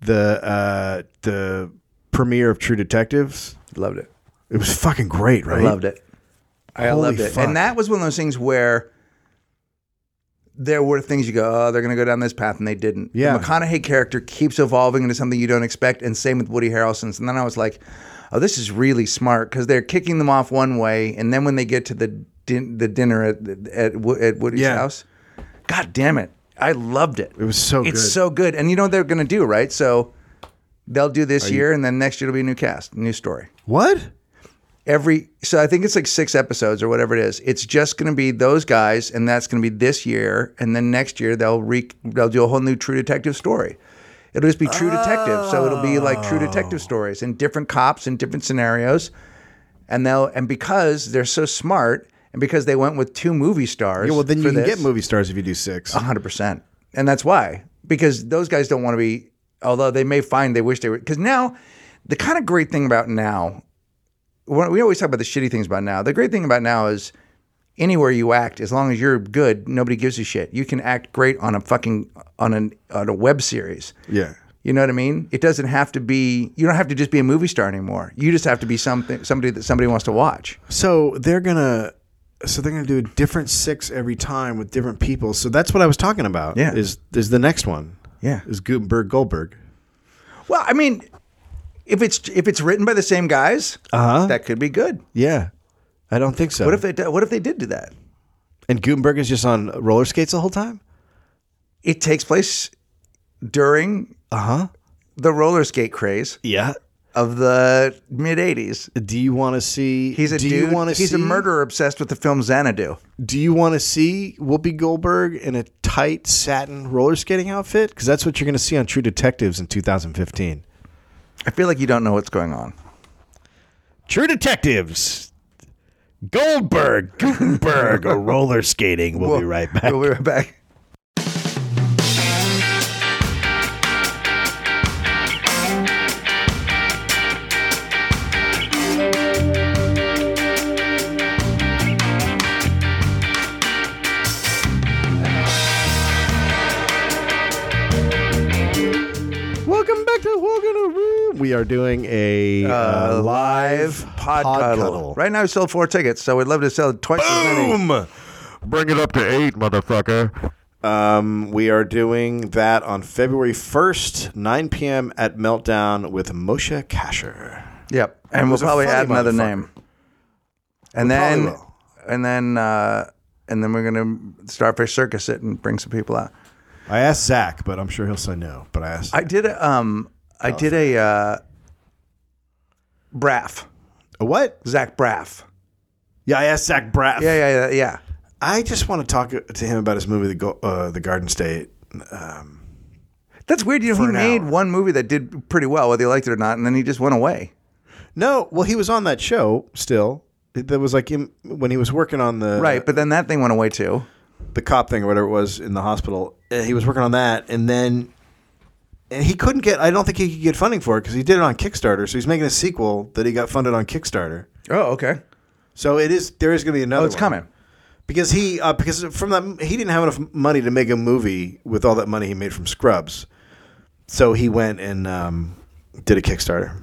A: the uh, the premiere of True Detectives.
B: Loved it.
A: It was fucking great, right?
B: I loved it. I
A: Holy
B: loved it.
A: fuck.
B: And that was one of those things where there were things you go, oh, they're going to go down this path, and they didn't. The
A: Yeah.
B: McConaughey character keeps evolving into something you don't expect, and same with Woody Harrelson's. And then I was like, oh, this is really smart because they're kicking them off one way, and then when they get to the din- the dinner at at, Wo- at Woody's
A: Yeah.
B: house, god damn it, I loved it.
A: It was so
B: it's
A: good.
B: so good, and you know what they're going to do, right? So they'll do this year, and then next year it'll be a new cast, new story
A: what?
B: every so I think it's like six episodes or whatever it is. It's just going to be those guys, and that's going to be this year, and then next year they'll re they'll do a whole new True Detective story. It'll just be True Detective, so it'll be like True
A: Oh.
B: Detective stories and different cops and different scenarios, and they'll and because they're so smart and because they went with two movie stars.
A: Yeah, well, then you
B: for
A: can
B: this,
A: get movie stars if you do six.
B: hundred percent, and that's why because those guys don't want to be. Although they may find they wish they were, because now the kind of great thing about now, when- we always talk about the shitty things about now. The great thing about now is anywhere you act, as long as you're good, nobody gives a shit. You can act great on a fucking on an on a web series.
A: yeah.
B: You know what I mean? It doesn't have to be. You don't have to just be a movie star anymore. You just have to be something, somebody that somebody wants to watch.
A: So they're gonna, so they're gonna do a different six every time with different people. So that's what I was talking about.
B: Yeah.
A: is is the next one?
B: Yeah.
A: is Gutenberg Goldberg?
B: Well, I mean, if it's if it's written by the same guys,
A: Uh-huh.
B: that could be good.
A: Yeah, I don't think so.
B: What if they do- what if they did do that?
A: and Gutenberg is just on roller skates the whole time?
B: It takes place during uh-huh,
A: Uh huh.
B: the roller skate craze
A: Yeah.
B: of the mid '80s.
A: Do you want to see?
B: He's a
A: do
B: dude.
A: You wanna
B: he's a
A: see-
B: murderer obsessed with the film Xanadu.
A: Do you want to see Whoopi Goldberg in a tight satin roller skating outfit? Because that's what you're going to see on True Detectives in 2015.
B: I feel like you don't know what's going on.
A: True Detectives. Goldberg, Gutenberg, or roller skating. We'll, be right back.
B: We'll be right back.
A: Welcome back to Welcome to Room. We are doing a uh, live
B: Pod, cuddle. Right now, we sold four tickets, so we'd love to sell twice as many.
A: Boom! Bring it up to eight, motherfucker. Um, we are doing that on February 1st, 9 p.m. at Meltdown with Moshe Kasher.
B: Yep, and we'll
A: was a
B: probably
A: funny
B: add another
A: motherfucker.
B: name. And
A: probably
B: then,
A: will.
B: and then, uh, and then we're gonna starfish circus it and bring some people out.
A: I asked Zach, but I'm sure he'll say no. But I asked.
B: I did a, um, I
A: Oh,
B: did a uh, Braff,
A: A Uh, what?
B: Zach Braff.
A: Yeah, I asked Zach Braff.
B: Yeah, yeah, yeah, yeah.
A: I just want to talk uh, to him about his movie, The, Go- uh, the Garden State.
B: That's weird. You know, he
A: an
B: made
A: hour.
B: one movie that did pretty well, whether you liked it or not, and then he just went away.
A: No, well, he was on that show still. That was like him when he was working on the
B: Right, but then that thing went away too.
A: the cop thing or whatever it was in the hospital. Uh, He was working on that, and then and he couldn't get. I don't think he could get funding for it because he did it on Kickstarter. So he's making a sequel that he got funded on Kickstarter.
B: Oh, okay.
A: So it is there is going to be another.
B: Oh, it's
A: one.
B: coming.
A: because he uh, because from that he didn't have enough money to make a movie with all that money he made from Scrubs, so he went and um, did a Kickstarter.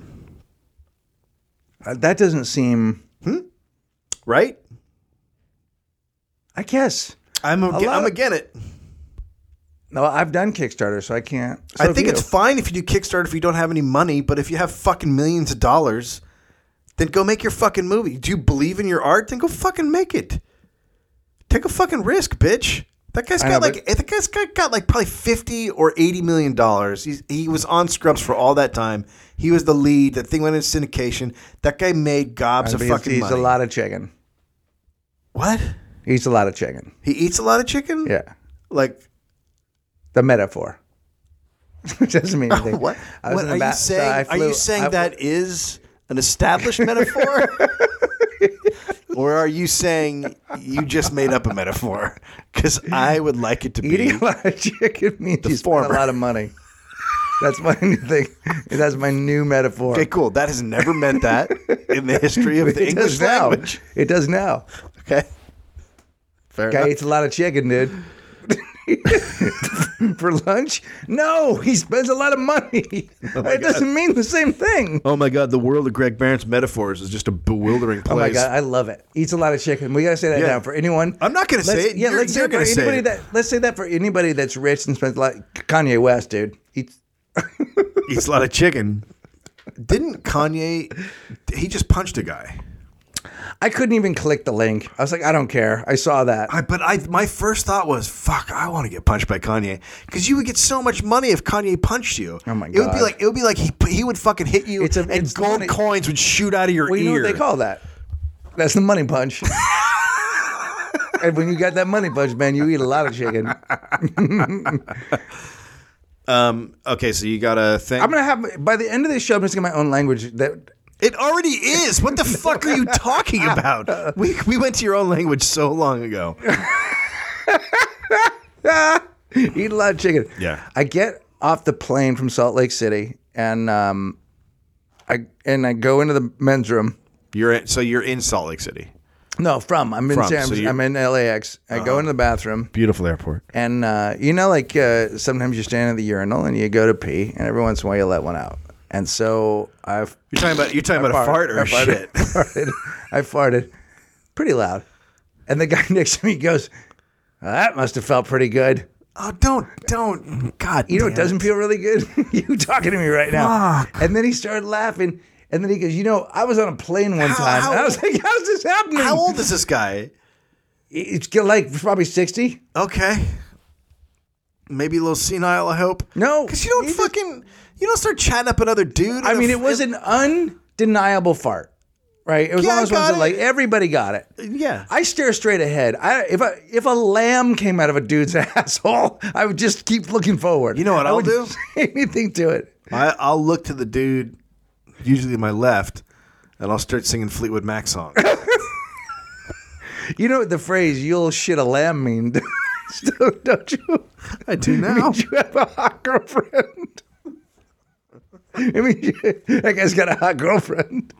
B: Uh, that doesn't seem.
A: Right?
B: I guess.
A: I'm a,
B: lot
A: I'm
B: of-
A: again it.
B: No, I've done Kickstarter, so I can't. so
A: I
B: have
A: think
B: you.
A: it's fine if you do Kickstarter if you don't have any money, but if you have fucking millions of dollars, then go make your fucking movie. Do you believe in your art? Then go fucking make it. Take a fucking risk, bitch. That guy's
B: I
A: got
B: know,
A: like that guy's got, got like probably fifty or eighty million dollars. He's, he was on Scrubs for all that time. He was the lead. That thing went into syndication. That guy made gobs of
B: But he's-
A: fucking
B: he's
A: money.
B: a lot of chicken.
A: What?
B: He's a lot of chicken.
A: He eats a lot of chicken.
B: Yeah,
A: Like
B: the metaphor. [laughs] it doesn't
A: [laughs]
B: mean anything.
A: what?
B: I was
A: What
B: in
A: are
B: the ba-
A: you
B: so
A: saying?
B: I
A: are
B: flew-
A: you saying
B: I-
A: that is an established metaphor? [laughs] or are you saying you just made up a metaphor? Because I would like it to be.
B: eating a lot of chicken means you spend a
A: former.
B: lot of money? That's my new thing. That's my new metaphor.
A: [laughs] Okay, cool. That has never meant that in the history [laughs] of the
B: it
A: English
B: does now.
A: language.
B: It does now.
A: Okay. Fair
B: Guy
A: enough.
B: eats a lot of chicken, dude. [laughs] For lunch? No, he spends a lot of
A: [laughs]
B: money. it doesn't mean the same thing.
A: Oh my God, the world of Greg Barron's metaphors is just a bewildering place.
B: Oh my god, I love it. Eats a lot of chicken. We gotta say that
A: Yeah.
B: now for anyone.
A: I'm not gonna
B: let's-
A: say it.
B: Yeah,
A: You're-
B: let's say
A: you're
B: it for
A: gonna say
B: anybody
A: it.
B: that let's say that for anybody that's rich and spends like Kanye West, dude. Eats
A: eats a lot of chicken. Didn't Kanye? He just punched a guy.
B: I couldn't even click the link. I was like, I don't care. I saw that.
A: I, but I, my first thought was, "Fuck, I want to get punched by Kanye," because you would get so much money if Kanye punched you.
B: Oh my
A: It would be
B: God.
A: like it would be like he he would fucking hit you,
B: It's a-
A: and
B: it's
A: gold
B: not a-
A: coins would shoot out of your
B: Well, you
A: ear.
B: know what they call that? That's the
C: [laughs]
B: money punch. and when you got that money punch, man, you eat a lot of chicken.
A: um. Okay, so you got a thing.
B: I'm gonna have by the end of this show, I'm just gonna get my own language. That [laughs]
A: it already is. What the fuck are you talking about? We we went to your own language so long ago.
B: eat a lot of chicken.
A: Yeah.
B: I get off the plane from Salt Lake City, and um, I and I go into the men's room.
A: You're in, so you're in Salt Lake City.
B: No, from. I'm in
C: From,
B: San,
C: so you- Uh-huh.
B: I'm in LAX. I go into the bathroom.
C: Beautiful airport.
B: And uh, you know, like uh, sometimes you stand at the urinal and you go to pee, and every once in a while you let one out. And so I've
A: You're talking about you're talking about a fart or
B: [laughs] I farted,
A: shit.
B: farted, I farted pretty loud, and the guy [laughs] next to me goes, "Well, "That must have felt pretty good."
A: Oh, don't don't. God,
B: You know, it
A: damn
B: doesn't feel really good. [laughs] you talking to me right now?
A: Fuck.
B: And then he started laughing, and then he goes, "You know, I was on a plane one
A: How-
B: time."
A: how
B: and I was
A: old-
B: like, "How's this happening?"
A: How old is this guy?
B: It's like probably sixty.
A: Okay. Maybe a little senile, I hope.
B: No,
A: Because you don't
B: he just-
A: fucking you don't start chatting up another dude.
B: I
A: in a
B: mean,
A: f-
B: it was an undeniable fart, right? It was
A: Yeah, I
B: one of those ones
A: got
B: that like
A: it.
B: everybody got it.
A: Yeah.
B: I stare straight ahead. I if I if a lamb came out of a dude's [laughs] asshole, I would just keep looking forward.
A: You know what
B: I
A: I'll
B: wouldn't
A: do?
B: [laughs] say anything to it.
A: I, I'll look to the dude, usually to my left, and I'll start singing Fleetwood Mac songs.
B: You know what the phrase "you'll shit a lamb" mean? [laughs] don't, don't
A: Oh.
B: you?
A: [laughs] I do now.
B: You have a hot girlfriend. [laughs] I mean, [laughs] that guy's got a hot girlfriend.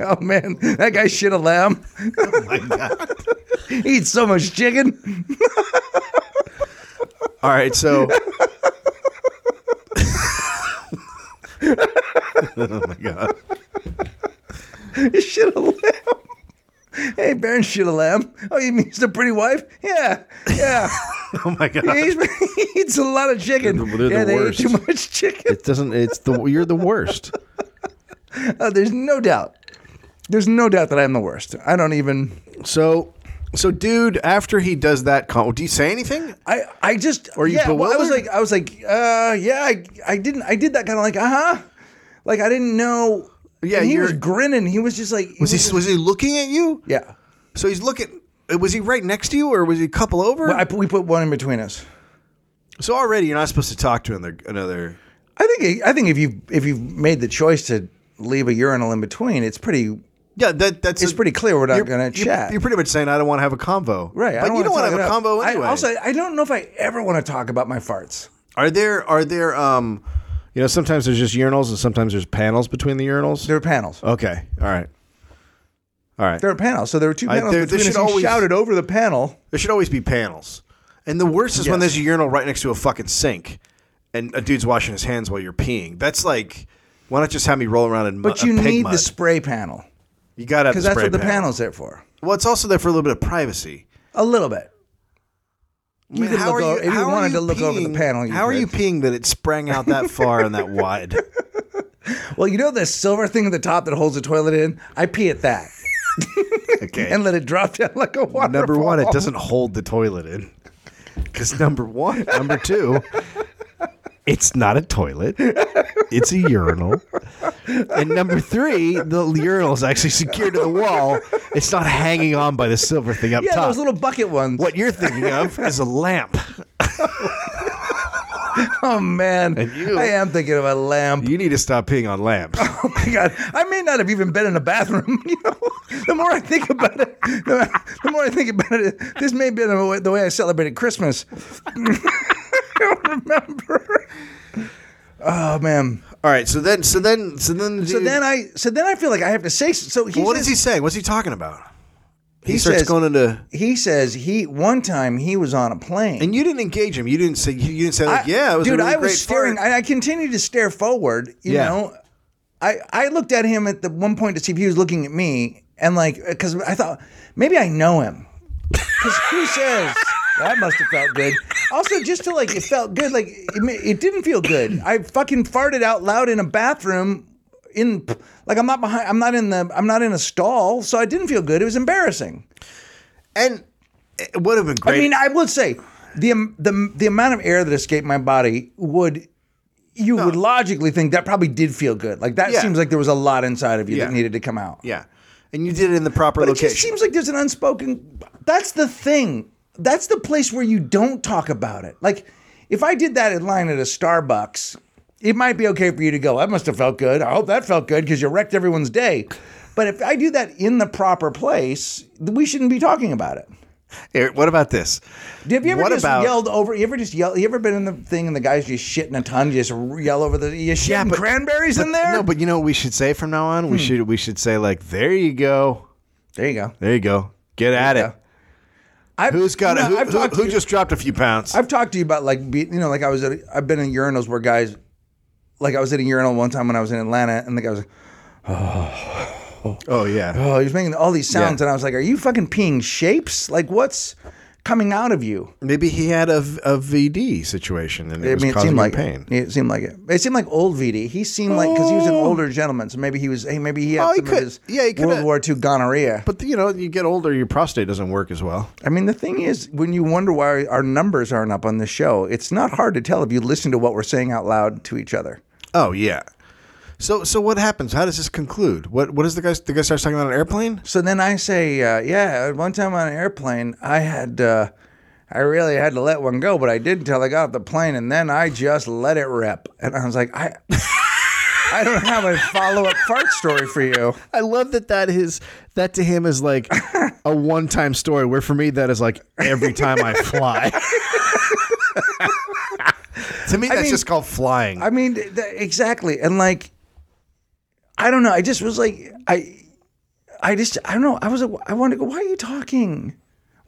B: Oh man, that guy shit a
A: [laughs]
B: lamb.
A: Oh,
B: [laughs] he eats so much chicken.
A: All right, [laughs] so. oh my god!
B: [laughs] You shit a lamb. Hey, Baron shit a lamb. Oh, you mean he's a pretty wife? Yeah,
A: [laughs]
B: yeah.
A: Oh my god!
B: He's, he eats a lot of chicken.
C: They're the- they're the
B: yeah, they
C: worst.
B: eat too much chicken.
C: It doesn't. It's the you're the worst.
B: Oh, there's no doubt. There's no doubt that I'm the worst. I don't even.
A: So, so dude, after he does that, con- do you say anything?
B: I, I just. Or
A: you
B: yeah, well, I was
A: bewildered?
B: like, I was like, uh, yeah, I, I didn't, I did that kind of like, uh huh, like I didn't know.
A: Yeah,
B: And he was
A: you're-
B: grinning. He was just like,
A: Was
B: just-
A: he was he looking at you?
B: yeah.
A: So he's looking. Was he right next to you, or was he a couple over?
B: But I, put- we put one in between us.
A: so already you're not supposed to talk to another. another
B: I think, I think if you if you've made the choice to leave a urinal in between, it's pretty,
A: yeah, that that's
B: it's pretty clear we're not going to
A: you're,
B: chat.
A: You're pretty much saying I don't want to have a convo,
B: right? I
A: But you don't want to have
B: talk
A: a
B: it up.
A: convo anyway.
B: I, also, I don't know if I ever want to talk about my farts.
A: are there are there um
C: You know, sometimes there's just urinals, and sometimes there's panels between the urinals.
B: There are panels.
C: Okay. All right. All right.
B: There are panels. So there were two panels.
A: there- there
B: between
A: should
B: us. He
A: always-
B: shouted over the panel.
A: There should always be panels. And the worst is when
B: Yes.
A: there's a urinal right next to a fucking sink, and a dude's washing his hands while you're peeing. That's like, why not just have me roll around in mud?
B: But you
A: pig
B: need
A: mud?
B: the spray panel
A: You gotta have the
B: because that's
A: spray
B: what the
A: panel.
B: panel's there for.
A: Well, it's also there for a little bit of privacy.
B: A little bit. You
A: Man,
B: could
A: how are
B: look over, if you
A: how are
B: wanted to look over the
A: peeing-
B: panel. You
A: how are
B: could.
A: you peeing that it sprang out that far and
B: [laughs]
A: that wide?
B: Well, you know the silver thing at the top that holds the toilet in. I pee at that
A: Okay.
B: [laughs] and let it drop down like a waterfall.
C: Number one, it doesn't
A: hold the toilet in.
C: Because number one, number two, it's not a toilet, it's a urinal. And number three, the urinal is actually secured to the wall. It's not hanging on by the silver thing up
B: Yeah,
C: top.
B: those little bucket ones.
C: what you're thinking of is a lamp.
B: Oh man,
C: you-
B: I am thinking of a lamp.
C: You need to stop peeing on
B: [laughs]
C: lamps.
B: Oh my god, I may not have even been in a bathroom. [laughs] You know, the more I think about it, the, the more I think about it, this may have been the way- the way I celebrated Christmas. [laughs] I don't remember. Oh man.
A: All right. So then, so then, so then,
B: So then I, so then I feel like I have to say. So he
A: what
B: says,
A: is he saying? What's he talking about? He,
B: He
A: starts
B: says-
A: going into.
B: He says he one time he was on a plane.
A: And you didn't engage him. You didn't say. You didn't say like,
B: I-
A: yeah, it was
B: dude.
A: a really
B: I was
A: great
B: staring.
A: fart.
B: I, I continued to stare forward. You
A: Yeah.
B: know, I I looked at him at the one point to see if he was looking at me, and like because I thought maybe I know him. Because who says [laughs] that must have felt good? Also, just to like it felt good. Like it, ma- it didn't feel good. I fucking farted out loud in a bathroom. In like I'm not behind. I'm not in the. I'm not in a stall, so I didn't feel good. It was embarrassing.
A: and it would have been
B: I
A: great.
B: mean, I would say the am- the the amount of air that escaped my body would you would logically think that probably did feel good. Like that
A: Yeah.
B: seems like there was a lot inside of you
A: Yeah.
B: that needed to come out.
A: yeah, and you did it in the proper
B: But it
A: location.
B: just seems like there's an unspoken. That's the thing. That's the place where you don't talk about it. Like if I did that in line at a Starbucks, it might be okay for you to go. That must have felt good. I hope that felt good because you wrecked everyone's day. But if I do that in the proper place, we shouldn't be talking about it.
A: Here, what about this?
B: Have you ever
A: What
B: just
A: about-
B: yelled over? You ever just yell? You ever been in the thing and the guy's just shitting a ton? You just yell over the you shitting
C: but-
B: cranberries in there? Hmm.
C: No, but you know what we should say from now on? We should we should say like, there you go.
B: there you go.
C: There you go. Get at it.
B: I've,
A: Who's got
B: no,
A: it? Who,
B: I've
A: who-
B: talked to
A: who
B: you-
A: just dropped a few pounds?
B: I've talked to you about like be, you know like I was at I've been in urinals where guys like I was at a urinal one time when I was in Atlanta and the guy was like,
A: oh yeah.
B: oh he was making all these sounds and I was like are you fucking peeing shapes like what's coming out of you
A: Maybe he had a, a VD situation and it, was causing him
B: like
A: pain.
B: It seemed like it. It seemed like old VD. He seemed like because he was an older gentleman, so maybe he was. Hey, maybe he had
A: Oh, he
B: some
A: could-
B: of his
A: yeah, he coulda-
B: World War II gonorrhea.
A: But you know, you get older, your prostate doesn't work as well.
B: I mean, the thing is, when you wonder why our numbers aren't up on the show, it's not hard to tell if you listen to what we're saying out loud to each other.
A: Oh yeah. So so what happens? How does this conclude? What what is the guy? The guy starts talking about an airplane.
B: So then I say, uh, yeah, one time on an airplane, I had, uh, I really had to let one go, but I did until I got off the plane, and then I just let it rip. And I was like, I, [laughs] I don't have a follow up fart story for you.
C: I love that that is that to him is
A: [laughs]
C: like a one time story. Where for me that is like every time I fly.
A: [laughs] To me, that's
B: mean-
A: just called flying.
B: I mean, th- th- exactly. And like, I don't know. I just was like, I, I just, I don't know. I was, like, I wanted to go. Why are you talking?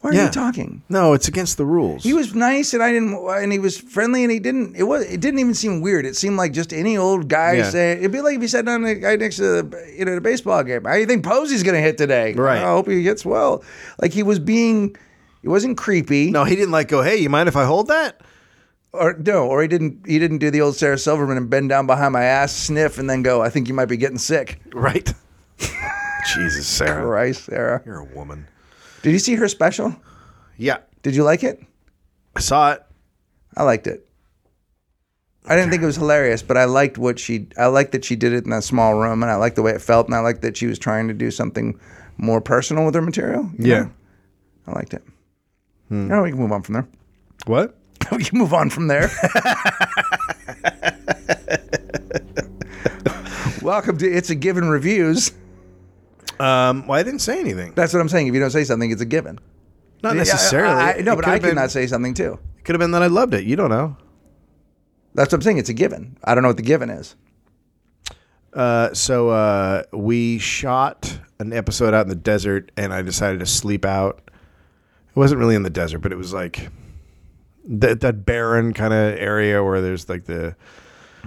B: Why are
A: Yeah.
B: you talking?
A: no, it's against the rules.
B: He was nice, and I didn't, and he was friendly, and he didn't. It was, it didn't even seem weird. It seemed like just any old guy
A: Yeah.
B: saying. It'd be like if you sat down to the guy next to the, you know, the baseball game. How do you think Posey's going to hit today? "Oh,
A: Right.
B: I hope he gets well. Like he was being, he wasn't creepy.
A: no, he didn't like go. Hey, you mind if I hold that?
B: or no, or he didn't. He didn't do the old Sarah Silverman and bend down behind my ass, sniff, and then go. I think you might be getting sick.
A: Right. [laughs] Jesus, Sarah,
B: Christ, Sarah.
A: you're a woman.
B: Did you see her special?
A: Yeah,
B: Did you like it?
A: I saw it.
B: I liked it. I didn't think it was hilarious, but I liked what she. I liked that she did it in that small room, and I liked the way it felt, and I liked that she was trying to do something more personal with her material. you know? I liked it. Now we can move on from there. [laughs]
C: What?
B: we can move on from there. Welcome to It's a Given Reviews.
A: Um, well, I didn't say anything.
B: That's what I'm saying. If you don't say something, it's a given.
A: Not
B: Yeah,
A: necessarily.
B: I, I, no,
A: It
B: but
A: could've
B: I
A: been,
B: cannot say something too.
A: Could have been that I loved it. You don't know.
B: That's what I'm saying. It's a given. I don't know what the given is.
A: Uh, so uh, we shot an episode out in the desert, and I decided to sleep out. It wasn't really in the desert, but it was like that that barren kind of area where there's like the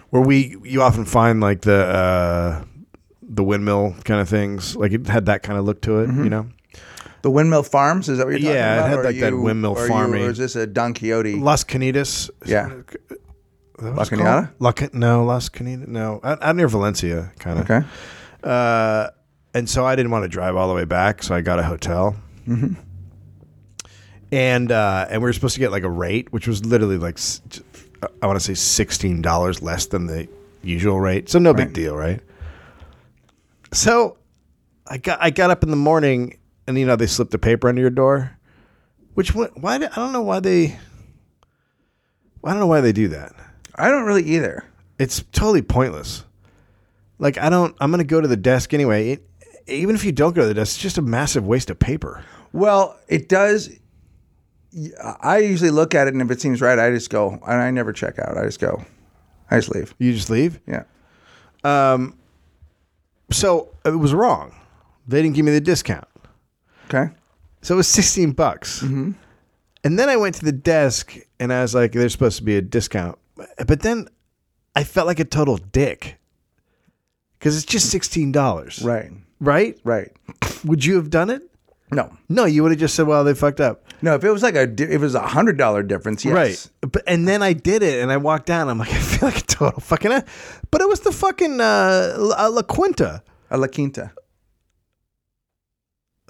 A: where we you often find like the uh, the windmill kind of things. Like it had that kind of look to it,
B: Mm-hmm.
A: you know.
B: The windmill farms is that what you're talking
A: Yeah, it
B: about?
A: had
B: Or
A: like
B: are
A: that
B: you-
A: windmill
B: are you-
A: farmy.
B: Or is this a Don Quixote?
A: Las Canitas.
B: Yeah.
A: La
B: Caniada?
A: La, Ca- no, Las Canitas. No, out, out near Valencia, kind of.
B: Okay.
A: Uh, and so I didn't want to drive all the way back, so I got a hotel. And uh, and we were supposed to get like a rate, which was literally like s- I want to say sixteen dollars less than the usual rate, so no big deal, right? So I got I got up in the morning, and you know they slip the paper under your door, which went, why did, I don't know why they I don't know why they do that.
B: I don't really either.
A: It's totally pointless. Like I don't. I'm gonna go to the desk anyway. It, even if you don't go to the desk, it's just a massive waste of paper.
B: Well, it does. I usually look at it, and if it seems right, I just go, and I never check out. I just go, I just leave.
A: You just leave.
B: Yeah.
A: So it was wrong. They didn't give me the discount.
B: Okay.
A: So it was 16 bucks. And then I went to the desk and I was like, "There's supposed to be a discount," but then I felt like a total dick because it's just 16 dollars,
B: Right.
A: Right?
B: Right.
A: Would you have done it?
B: No.
A: No, you would have just said, "Well, they fucked up."
B: No. If it was like a, di- if it was a hundred dollar difference, yes.
A: Right. But and then I did it, and I walked down. I'm like, [laughs] I feel like a total fucking. a- But it was the fucking uh, La, La Quinta.
B: A La Quinta.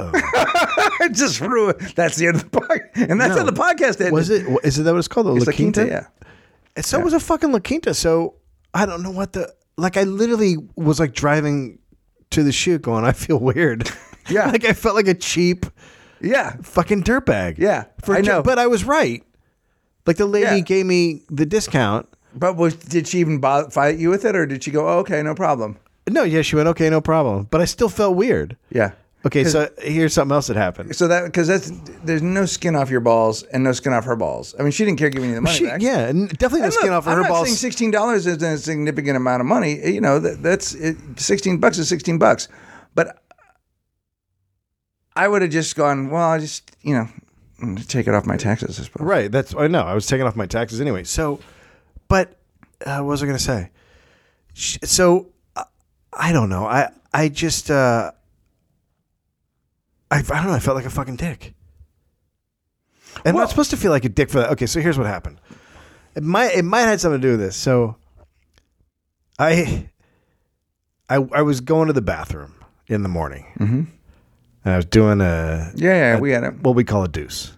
B: I [laughs] just ruined. That's the end of the podcast, and that's
A: Oh. No.
B: how the podcast ended.
A: Was it? Is it that what it's called? The
B: It's
A: La Quinta.
B: Yeah.
A: And So it was a fucking La Quinta. So I don't know what the like. I literally was like driving to the shoot, going, [laughs] I feel weird.
B: Yeah.
A: [laughs] like I felt like a cheap
B: Yeah.
A: fucking dirtbag.
B: Yeah,
A: For
B: I
A: ju-
B: know.
A: But I was right. Like the lady
B: Yeah.
A: gave me the discount.
B: But was, did she even bo- fight you with it, or did she go, oh, "Okay, no problem"?
A: No, yeah, she went, okay, no problem. But I still felt weird.
B: Yeah.
A: Okay, so here's something else that happened.
B: So that because that's there's no skin off your balls and no skin off her balls. I mean, she didn't care giving you the money
A: She,
B: back.
A: yeah, and definitely the
B: And
A: skin
B: look,
A: off of
B: I'm
A: her
B: not
A: balls.
B: saying sixteen dollars isn't a significant amount of money. You know, that, that's it, sixteen bucks is sixteen bucks. But I would have just gone, well, I just, you know, mm, take it off my taxes. I suppose.
A: Right. That's I know. I was taking off my taxes anyway. So, but uh, what was I going to say? Sh- So I I don't know. I I just uh, I I don't know. I felt like a fucking dick. I'm
B: Well-
A: not supposed to feel like a dick for that. Okay, so here's what happened. It might it might have had something to do with this. So I I I was going to the bathroom in the morning, mm-hmm. and I was doing a
B: Yeah, yeah, we had it.
A: what we call a deuce,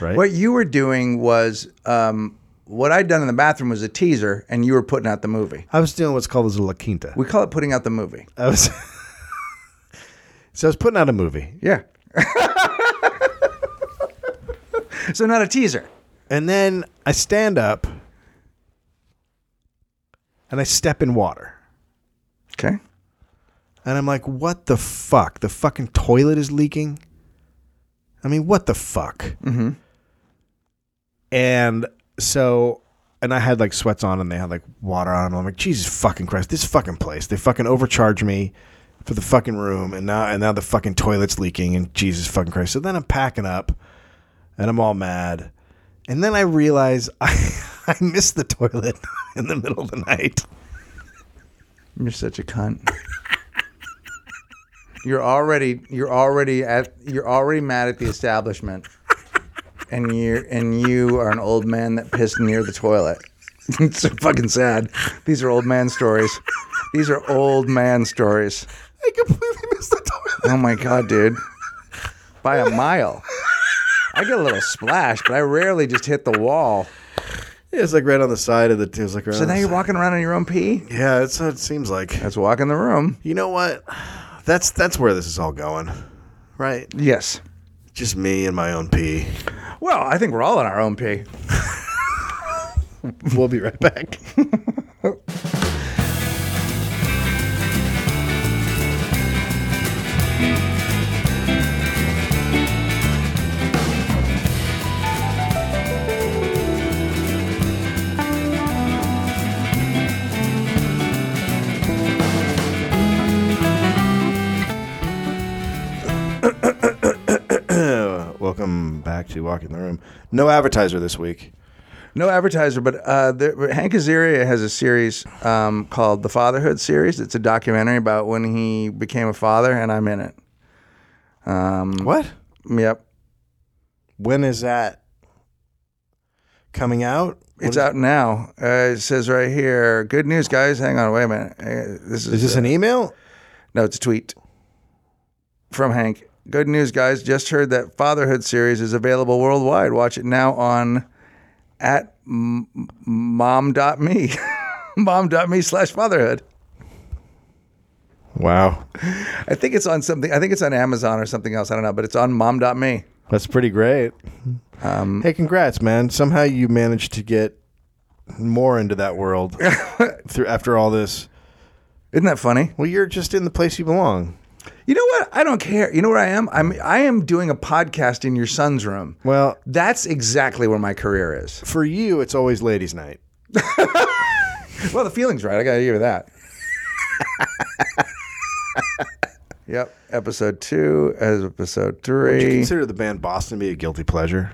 A: right?
B: What you were doing was um, what I'd done in the bathroom was a teaser, and you were putting out the movie.
A: I was doing what's called as a La Quinta.
B: We call it putting out the movie.
A: I was [laughs] so I was putting out a movie,
B: Yeah. [laughs] so not a teaser.
A: and then I stand up and I step in water,
B: Okay.
A: and I'm like, "What the fuck? The fucking toilet is leaking." I mean, what the fuck? Mm-hmm. And so, and I had like sweats on, and they had like water on them. I'm like, Jesus fucking Christ, this fucking place. They fucking overcharge me for the fucking room, and now and now the fucking toilet's leaking, and Jesus fucking Christ. So then I'm packing up, and I'm all mad, and then I realize [laughs] I I missed the toilet [laughs] in the middle of the night.
B: You're such a cunt. you're already you're already at you're already mad at the establishment. And you and you are an old man that pissed near the toilet. [laughs] it's so fucking sad. These are old man stories. These are old man stories.
A: I completely missed the toilet.
B: Oh my god, dude. By a mile. I get a little splash, but I rarely just hit the wall.
A: It was like right on the side of the. It was like right
B: So
A: on
B: now
A: the
B: you're
A: side.
B: walking around in your own pee?
A: Yeah, that's how it seems like.
B: Let's walk in the room.
A: You know what? That's that's where this is all going, right?
B: Yes.
A: Just me and my own pee.
B: Well, I think we're all in our own pee.
A: We'll be right back. [coughs] Welcome back to Walk in the Room. No advertiser this week.
B: No advertiser, but uh, there, Hank Azaria has a series um, called The Fatherhood Series. It's a documentary about when he became a father, and I'm in it.
A: What?
B: Yep.
A: When is that coming out?
B: It's out now. Uh, it says right here, good news, guys. Hang on, wait a minute. Uh, this is,
A: Is this an email?
B: No, it's a tweet from Hank. Good news, guys. Just heard that Fatherhood series is available worldwide. Watch it now on at m- m- [laughs] mom.me. mom.me slash fatherhood.
A: Wow,
B: I think it's on something. I think it's on Amazon or something else. I don't know, but it's on mom.me.
A: that's pretty great. hey, congrats, man! Somehow you managed to get more into that world [laughs] through after all this.
B: Isn't that funny?
A: Well, you're just in the place you belong.
B: You know what? I don't care. You know where I am? I'm I am doing a podcast in your son's room.
A: Well,
B: That's exactly where my career is.
A: for you, it's always ladies' night.
B: Well, the feeling's right. I got to give you that. [laughs] yep. Episode two, as
A: Would
B: episode
A: you
B: three.
A: consider the band Boston to be a guilty pleasure?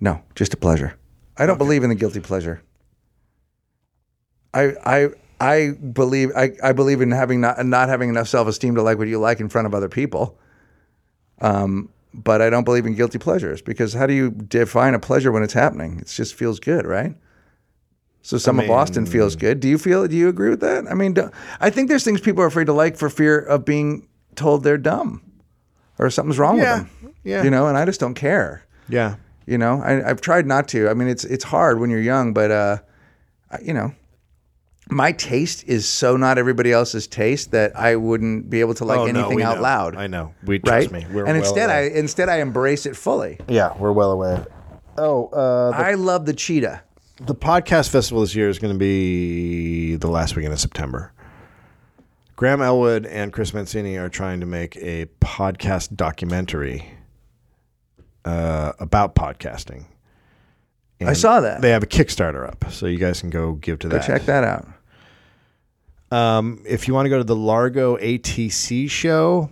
B: no, just a pleasure. I don't believe in the guilty pleasure. I I I believe I, I believe in having not not having enough self esteem to like what you like in front of other people. Um, but I don't believe in guilty pleasures because how do you define a pleasure when it's happening? It just feels good, right? So some of Boston feels good. Do you feel? Do you agree with that? I mean, do, I think there's things people are afraid to like for fear of being told they're dumb or something's wrong
A: Yeah,
B: with them.
A: yeah.
B: You know, and I just don't care.
A: Yeah.
B: You know, I, I've tried not to. I mean, it's it's hard when you're young, but uh, I- you know, my taste is so not everybody else's taste that I wouldn't be able to like anything out loud.
A: I Oh, know. We
B: Right?
A: trust me. We're
B: and
A: well
B: instead,
A: aware.
B: I instead I embrace it fully.
A: yeah, we're well aware. Oh, uh,
B: I love the cheetah.
A: The podcast festival this year is going to be the last weekend of September. Graham Elwood and Chris Mancini are trying to make a podcast documentary uh, about podcasting.
B: I saw that.
A: They have a Kickstarter up, so you guys can go give to
B: Go
A: that.
B: check that out.
A: Um, if you want to go to the Largo ATC show,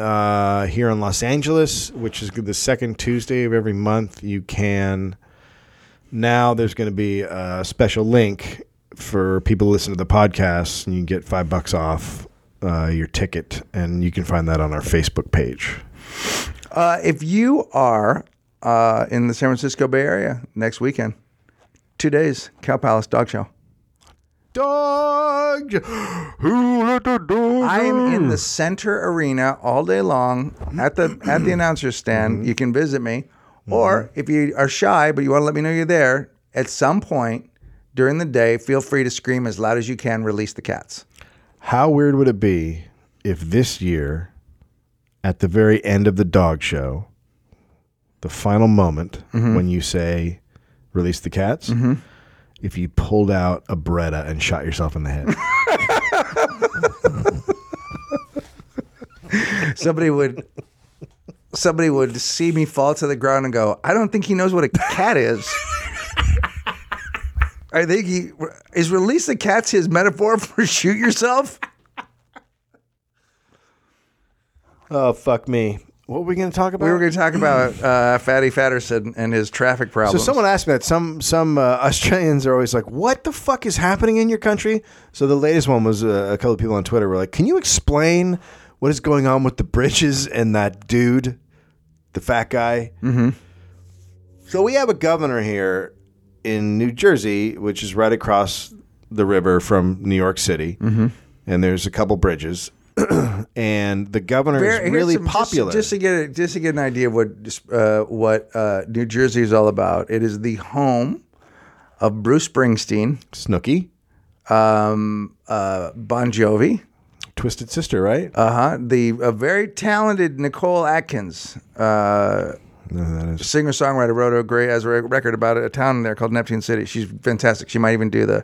A: uh, here in Los Angeles, which is the second Tuesday of every month. You can now. There's going to be a special link for people to listen to the podcast, and you can get five bucks off uh, your ticket, and you can find that on our Facebook page.
B: Uh, if you are uh, in the San Francisco Bay Area next weekend, two days, Cow Palace Dog Show.
A: Dog, [gasps] who let the dog?
B: I'm in
A: Oh.
B: the center arena all day long at the
A: [clears throat]
B: at the announcer's stand.
A: Mm-hmm.
B: You can visit me, or if you are shy but you want to let me know you're there at some point during the day, feel free to scream as loud as you can. Release the cats.
A: How weird would it be if this year, at the very end of the dog show, the final moment when you say release the cats, if you pulled out a Beretta and shot yourself in the head? [laughs]
B: Somebody would. Somebody would see me fall to the ground and go, I don't think he knows what a
A: [laughs]
B: cat is. I think he is release the cats his metaphor for shoot yourself.
A: [laughs] oh, fuck me. What were we going to talk about?
B: We were going to talk about uh, Fatty Fatterson and his traffic
A: so
B: problems.
A: someone asked me that. Some some uh, [laughs] Australians are always like, "What the fuck is happening in your country?" So the latest one was uh, a couple of people on Twitter were like, "Can you explain what is going on with the bridges and that dude, the fat guy?" Mm-hmm. So we have a governor here in New Jersey, which is right across the river from New York City, mm-hmm. and there's a couple bridges. [clears throat] and the governor
B: Bear-
A: is
B: here's
A: really
B: some- just-
A: popular.
B: Just, to get a, just to get an idea of what uh, what uh, New Jersey is all about. It is the home of Bruce Springsteen,
A: Snooky,
B: um, uh, Bon Jovi,
A: Twisted Sister, right?
B: uh-huh, the uh, very talented Nicole Atkins, uh,
A: no, that is
B: singer songwriter, wrote a great as a re- record about a town there called Neptune City. She's fantastic. She might even do the.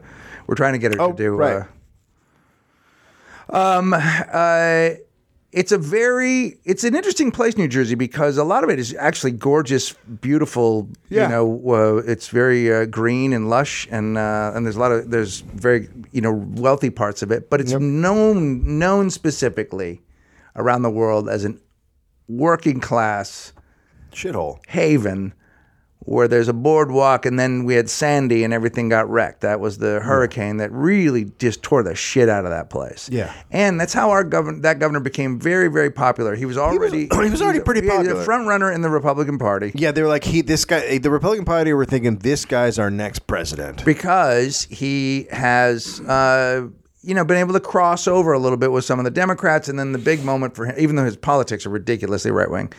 B: We're trying to get her
A: Oh,
B: to do.
A: right.
B: Uh, um, uh, it's a very it's an interesting place new jersey because a lot of it is actually gorgeous beautiful
A: Yeah.
B: you know uh, it's very uh, green and lush and uh, and there's a lot of there's very you know wealthy parts of it but it's known known specifically around the world as an working class
A: shithole.
B: haven where there's a boardwalk and then we had sandy and everything got wrecked that was the
A: Hmm.
B: hurricane that really just tore the shit out of that place
A: Yeah.
B: and that's how our governor that governor became very very popular he was already
A: [clears throat] he was already pretty
B: he was
A: popular.
B: a front runner in the republican party
A: Yeah, they were like, he, this guy, the Republican Party were thinking, this guy's our next president.
B: because he has uh, you know been able to cross over a little bit with some of the Democrats, and then the big moment for him, even though his politics are ridiculously right wing,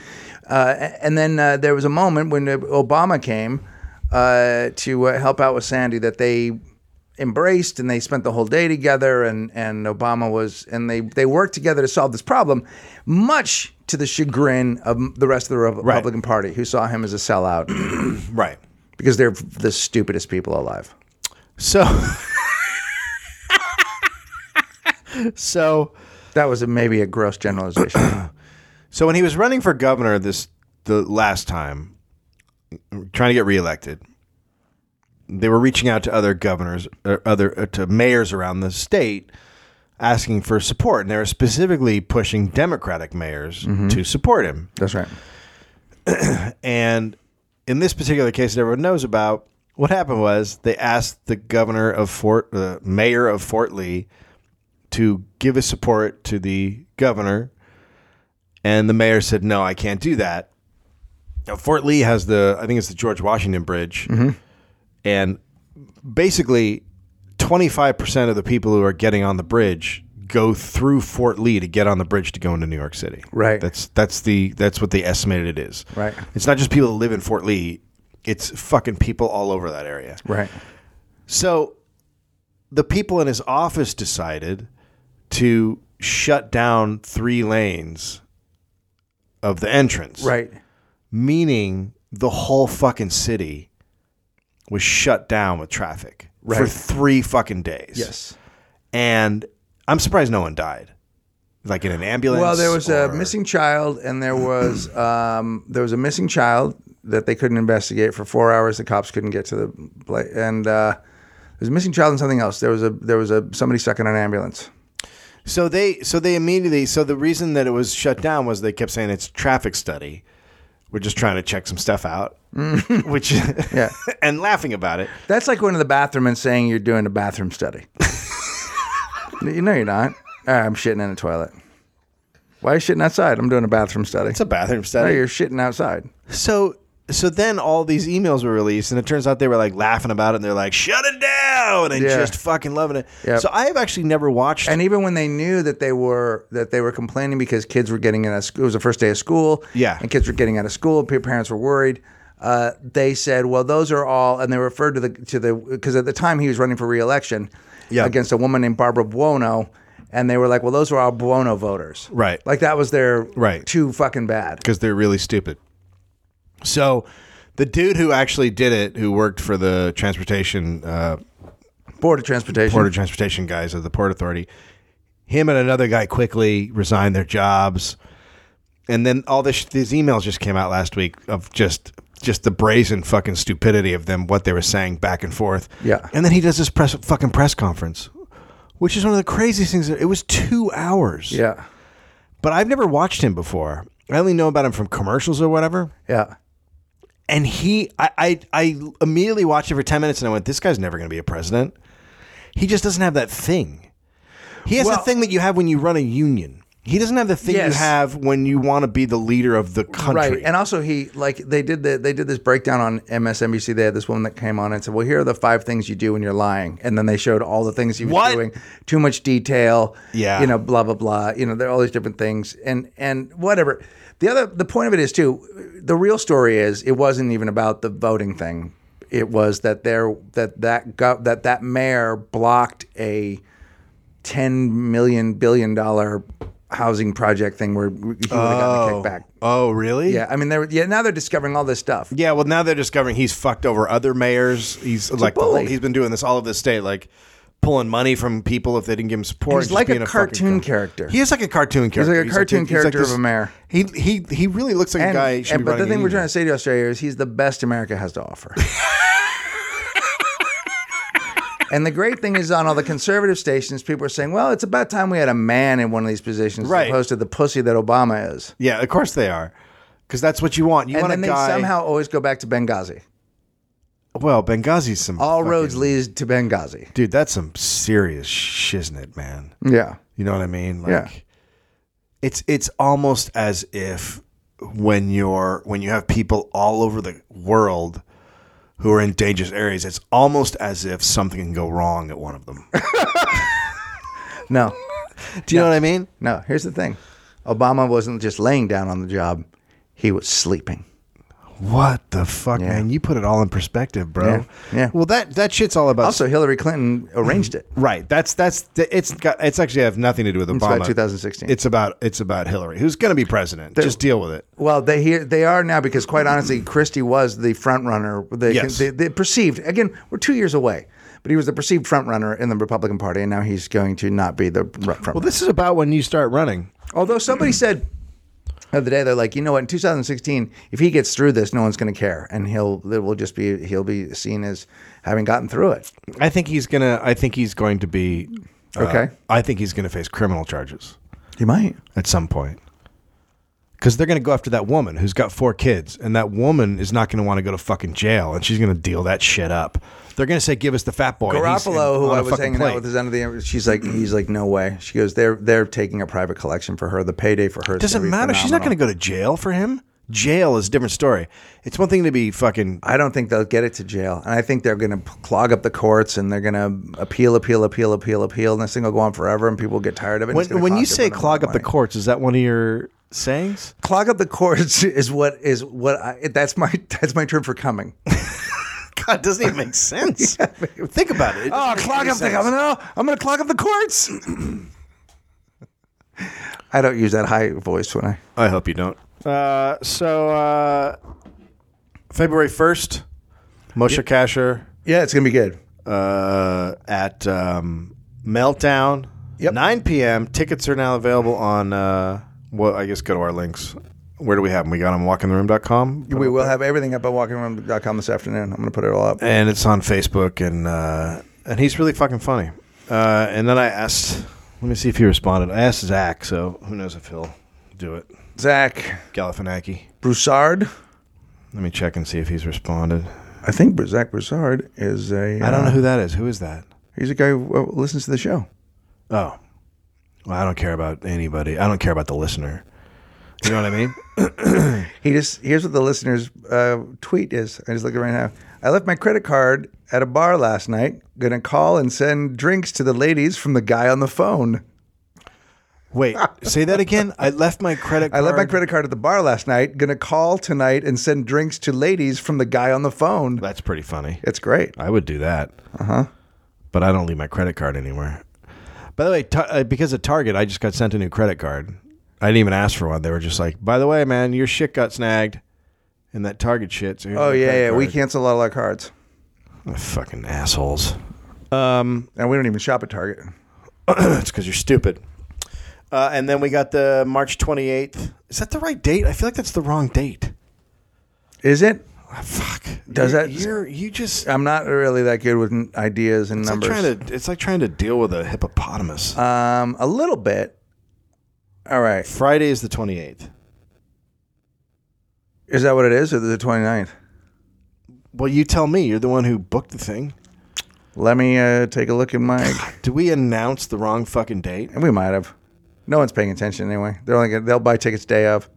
B: uh, a- and then uh, there was a moment when uh, Obama came uh, to uh, help out with Sandy that they embraced and they spent the whole day together and and Obama was and they they worked together to solve this problem much to the chagrin of the rest of the Re- Republican Party who saw him as a sellout
A: Right.
B: because they're the stupidest people alive.
A: So, [laughs] so,
B: That was a, maybe a gross generalization.
A: so when he was running for governor this the last time, trying to get reelected, they were reaching out to other governors, or other uh, to mayors around the state, asking for support, and they were specifically pushing Democratic mayors to support him.
B: [coughs] That's right.
A: And in this particular case that everyone knows about, what happened was they asked the governor of Fort, the mayor of Fort Lee, to give his support to the governor. And the mayor said, no, I can't do that. Now, Fort Lee has the, I think it's the George Washington Bridge. And basically, 25% of the people who are getting on the bridge go through Fort Lee to get on the bridge to go into New York City.
B: Right.
A: That's that's the that's what they estimated it is.
B: Right.
A: It's not just people that live in Fort Lee, it's fucking people all over that area.
B: Right.
A: So the people in his office decided to shut down three lanes of the entrance.
B: Right.
A: Meaning the whole fucking city was shut down with traffic for
B: Right.
A: three fucking days.
B: Yes.
A: And I'm surprised no one died. Like in an ambulance.
B: Well, there was a
A: or-
B: missing child, and there [coughs] was um, there was a missing child that they couldn't investigate for four hours. The cops couldn't get to the place, and uh, there was a missing child and something else. There was a there was a somebody stuck in an ambulance.
A: So they so they immediately so the reason that it was shut down was they kept saying it's a traffic study. We're just trying to check some stuff out,
B: Mm. [laughs]
A: which yeah, [laughs] and laughing about it.
B: That's like going to the bathroom and saying you're doing a bathroom study. [laughs] you know you're not. All right, I'm shitting in a toilet. Why are you shitting outside? I'm doing a bathroom study.
A: It's a bathroom
B: No,
A: study.
B: you're shitting outside.
A: So so then all these emails were released, and it turns out they were like laughing about it, and they're like, "Shut it down!" and
B: Yeah.
A: just fucking loving it.
B: Yep.
A: So I have actually never watched.
B: And even when they knew that they were that they were complaining because kids were getting out of school, it was the first day of school.
A: Yeah.
B: and kids were getting out of school. pa- Parents were worried. Uh, they said, "Well, those are all," and they referred to the to the because at the time he was running for reelection
A: Yeah.
B: against a woman named Barbara Buono, and they were like, "Well, those were all Buono voters."
A: Right.
B: Like that was their
A: Right.
B: Too fucking bad.
A: because they're really stupid. So, the dude who actually did it, who worked for the transportation uh,
B: Board of Transportation.
A: port of transportation guys of the port authority, him and another guy quickly resigned their jobs, and then all this these emails just came out last week of just just the brazen fucking stupidity of them what they were saying back and forth.
B: Yeah.
A: and then he does this press fucking press conference, which is one of the craziest things. It was two hours.
B: yeah,
A: but I've never watched him before. I only know about him from commercials or whatever
B: yeah.
A: and he I, I i immediately watched it for 10 minutes and i went this guy's never going to be a president he just doesn't have that thing he has
B: Well-
A: the thing that you have when you run a union he doesn't have the thing
B: Yes.
A: you have when you want to be the leader of the country
B: Right, and also he like they did the, they did this breakdown on MSNBC. They had this woman that came on and said, "Well, here are the five things you do when you're lying," and then they showed all the things he was
A: What?
B: doing, too much detail,
A: Yeah.
B: you know, blah blah blah, you know, there are all these different things, and and whatever. The other the point of it is too, the real story is it wasn't even about the voting thing. It was that there that that gov that that mayor blocked a ten million billion dollar housing project thing where he would have gotten a kickback.
A: oh really
B: Yeah, I mean, they're yeah. Now they're discovering all this stuff.
A: yeah well now they're discovering he's fucked over other mayors he's like the whole,
B: bully.
A: he's been doing this all of this state like pulling money from people if they didn't give him support
B: He's
A: just
B: like a
A: being fucking
B: cartoon
A: cunt.
B: character.
A: he is like a cartoon character
B: like a cartoon character of a mayor.
A: he he he really looks like a
B: and,
A: guy who should be
B: and- but the
A: running a
B: thing we're
A: union.
B: trying to say to Australia is he's the best America has to
A: [laughs]
B: offer. and the great thing is on all the conservative stations, people are saying, "Well, it's about time we had a man in one of these positions,
A: Right.
B: as opposed to the pussy that Obama is."
A: Yeah, of course they are, because that's what you want. You
B: And
A: want
B: then
A: a
B: they
A: guy.
B: somehow always go back to Benghazi.
A: well, Benghazi's some
B: All
A: fucking-
B: roads lead to Benghazi.
A: Dude, that's some serious shiznit, man.
B: Yeah,
A: You know what I mean? Like,
B: Yeah.
A: It's it's almost as if when you're when you have people all over the world who are in dangerous areas, it's almost as if something can go wrong at one of
B: [laughs]
A: them.
B: no.
A: Do you know what I mean?
B: No, here's the thing. Obama wasn't just laying down on the job, he was sleeping.
A: What the fuck, man? You put it all in perspective, bro.
B: Yeah, yeah.
A: Well, that that shit's all about
B: Also, Hillary Clinton arranged it.
A: Right. That's that's it's got it's actually have nothing to do with Obama.
B: about 2016.
A: It's about it's about Hillary, who's going to be president. Just deal with it.
B: Well, they hear, they are now because, quite honestly, Christie was the front runner. They,
A: Yes.
B: they, they perceived again. We're two years away, but he was the perceived front runner in the Republican Party, and now he's going to not be the r- front. runner.
A: Well, this is about when you start running.
B: Although somebody said the other day, they're like, you know what? In 2016, if he gets through this, no one's going to care, and he'll it will just be he'll be seen as having gotten through it.
A: I think he's gonna. I think he's going to be. uh,
B: Okay.
A: I think he's going to face criminal charges
B: He might.
A: at some point. Because they're going to go after that woman who's got four kids, and that woman is not going to want to go to fucking jail, and she's going to deal that shit up. They're going to say, "Give us the fat boy." and he's-
B: Garoppolo,
A: and
B: who
A: on
B: I
A: a
B: was
A: fucking
B: hanging
A: plate.
B: out with, is under the. She's like, he's like, no way. She goes, they're they're taking a private collection for her. The payday for her is
A: Doesn't
B: gonna be
A: matter. She's not going
B: phenomenal.
A: to go to jail for him. Jail is a different story. It's one thing to be fucking
B: I don't think they'll get it to jail, and I think they're going to clog up the courts, and they're going to appeal, appeal, appeal, appeal, appeal, and this thing will go on forever, and people will get tired of it. and it's
A: When,
B: gonna
A: when you
B: cost
A: say
B: everyone a lot
A: clog
B: of
A: up the
B: money.
A: courts, is that one of your sayings?
B: clog up the courts [laughs] is what is what I, that's my [laughs] that's my term for coming.
A: [laughs] God, it doesn't even make [laughs] sense. Think about it. It
B: Oh,
A: doesn't make
B: [laughs] clog
A: any
B: up the!
A: sense.
B: I'm gonna, I'm gonna clog up the courts. [clears throat] I don't use that high voice when I.
A: I hope you don't. Uh, so uh, February first, Moshe Kasher
B: Yeah, it's gonna be good.
A: uh, at um, Meltdown,
B: Yep.
A: 9 p.m. Tickets are now available on. Uh, well, I guess go to our links. Where do we have them? We got them. Walkintheroom.com.
B: We will have everything up at walkingroom.com this afternoon. I'm going to put it all up.
A: and it's on Facebook, and uh, and he's really fucking funny. Uh, and then I asked Let me see if he responded. I asked Zach, so who knows if he'll do it.
B: Zach
A: Galifianakis.
B: Broussard.
A: Let me check and see if he's responded.
B: I think Br- Zach Broussard is a.
A: I don't
B: uh,
A: know who that is. Who is that?
B: He's a guy who uh, listens to the show.
A: Oh. Well, I don't care about anybody. I don't care about the listener. You know what I
B: [laughs]
A: mean?
B: He just here's what the listener's uh, tweet is. I just look at it right now. I left my credit card at a bar last night. Gonna call and send drinks to the ladies from the guy on the phone.
A: Wait, say that again. I left my credit
B: I
A: card.
B: left my credit card at the bar last night. Gonna call tonight and send drinks to ladies from the guy on the phone.
A: That's pretty funny.
B: It's great.
A: I would do that. Uh huh.
B: Uh-huh.
A: But I don't leave my credit card anywhere. By the way, tar- uh, because of Target, I just got sent a new credit card. I didn't even ask for one. They were just like, "By the way, man, your shit got snagged, and that Target shit." So here's
B: Oh
A: your
B: yeah,
A: credit
B: yeah. We
A: card."
B: cancel a lot of our cards,
A: Oh, fucking assholes. [clears throat] Um,
B: and we don't even shop at Target.
A: it's because you're stupid. Uh, and then we got the March 28th. Is that the right date? I feel like that's the wrong date.
B: Is it?
A: Ah, fuck.
B: Does
A: You're-
B: that-
A: You're you just.
B: I'm not really that good with n- ideas and
A: It's like
B: numbers.
A: trying to. It's like trying to deal with a hippopotamus.
B: um, a little bit. All right.
A: Friday is the 28th.
B: Is that what it is, or the 29th?
A: Well, you tell me. You're the one who booked the thing.
B: Let me uh, take a look at my. [laughs]
A: Did we announce the wrong fucking date?
B: We might have. No one's paying attention anyway. They're only gonna, they'll buy tickets day of.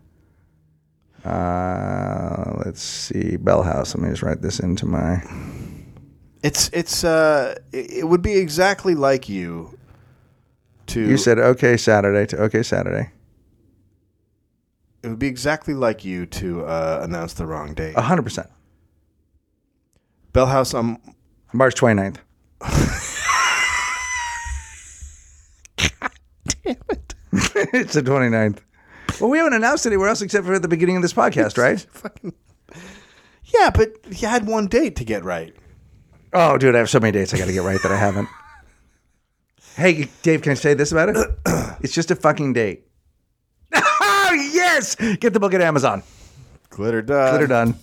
B: Uh, let's see, Bell House. Let me just write this into my.
A: It's it's uh it it would be exactly like you to
B: You said okay Saturday to okay Saturday.
A: it would be exactly like you to uh, announce the wrong date.
B: A hundred percent.
A: Bell House um, on
B: March [laughs] 29th. damn it! [laughs] it's the 29th. Well, we haven't announced anywhere else except for at the beginning of this podcast, right?
A: fucking Yeah, but you had one date to get right.
B: Oh, dude, I have so many dates I got to get right that I haven't. Hey, Dave, can I say this about it? it's just a fucking [laughs] date. yes! Get the book at Amazon.
A: Glitter done.
B: Glitter done.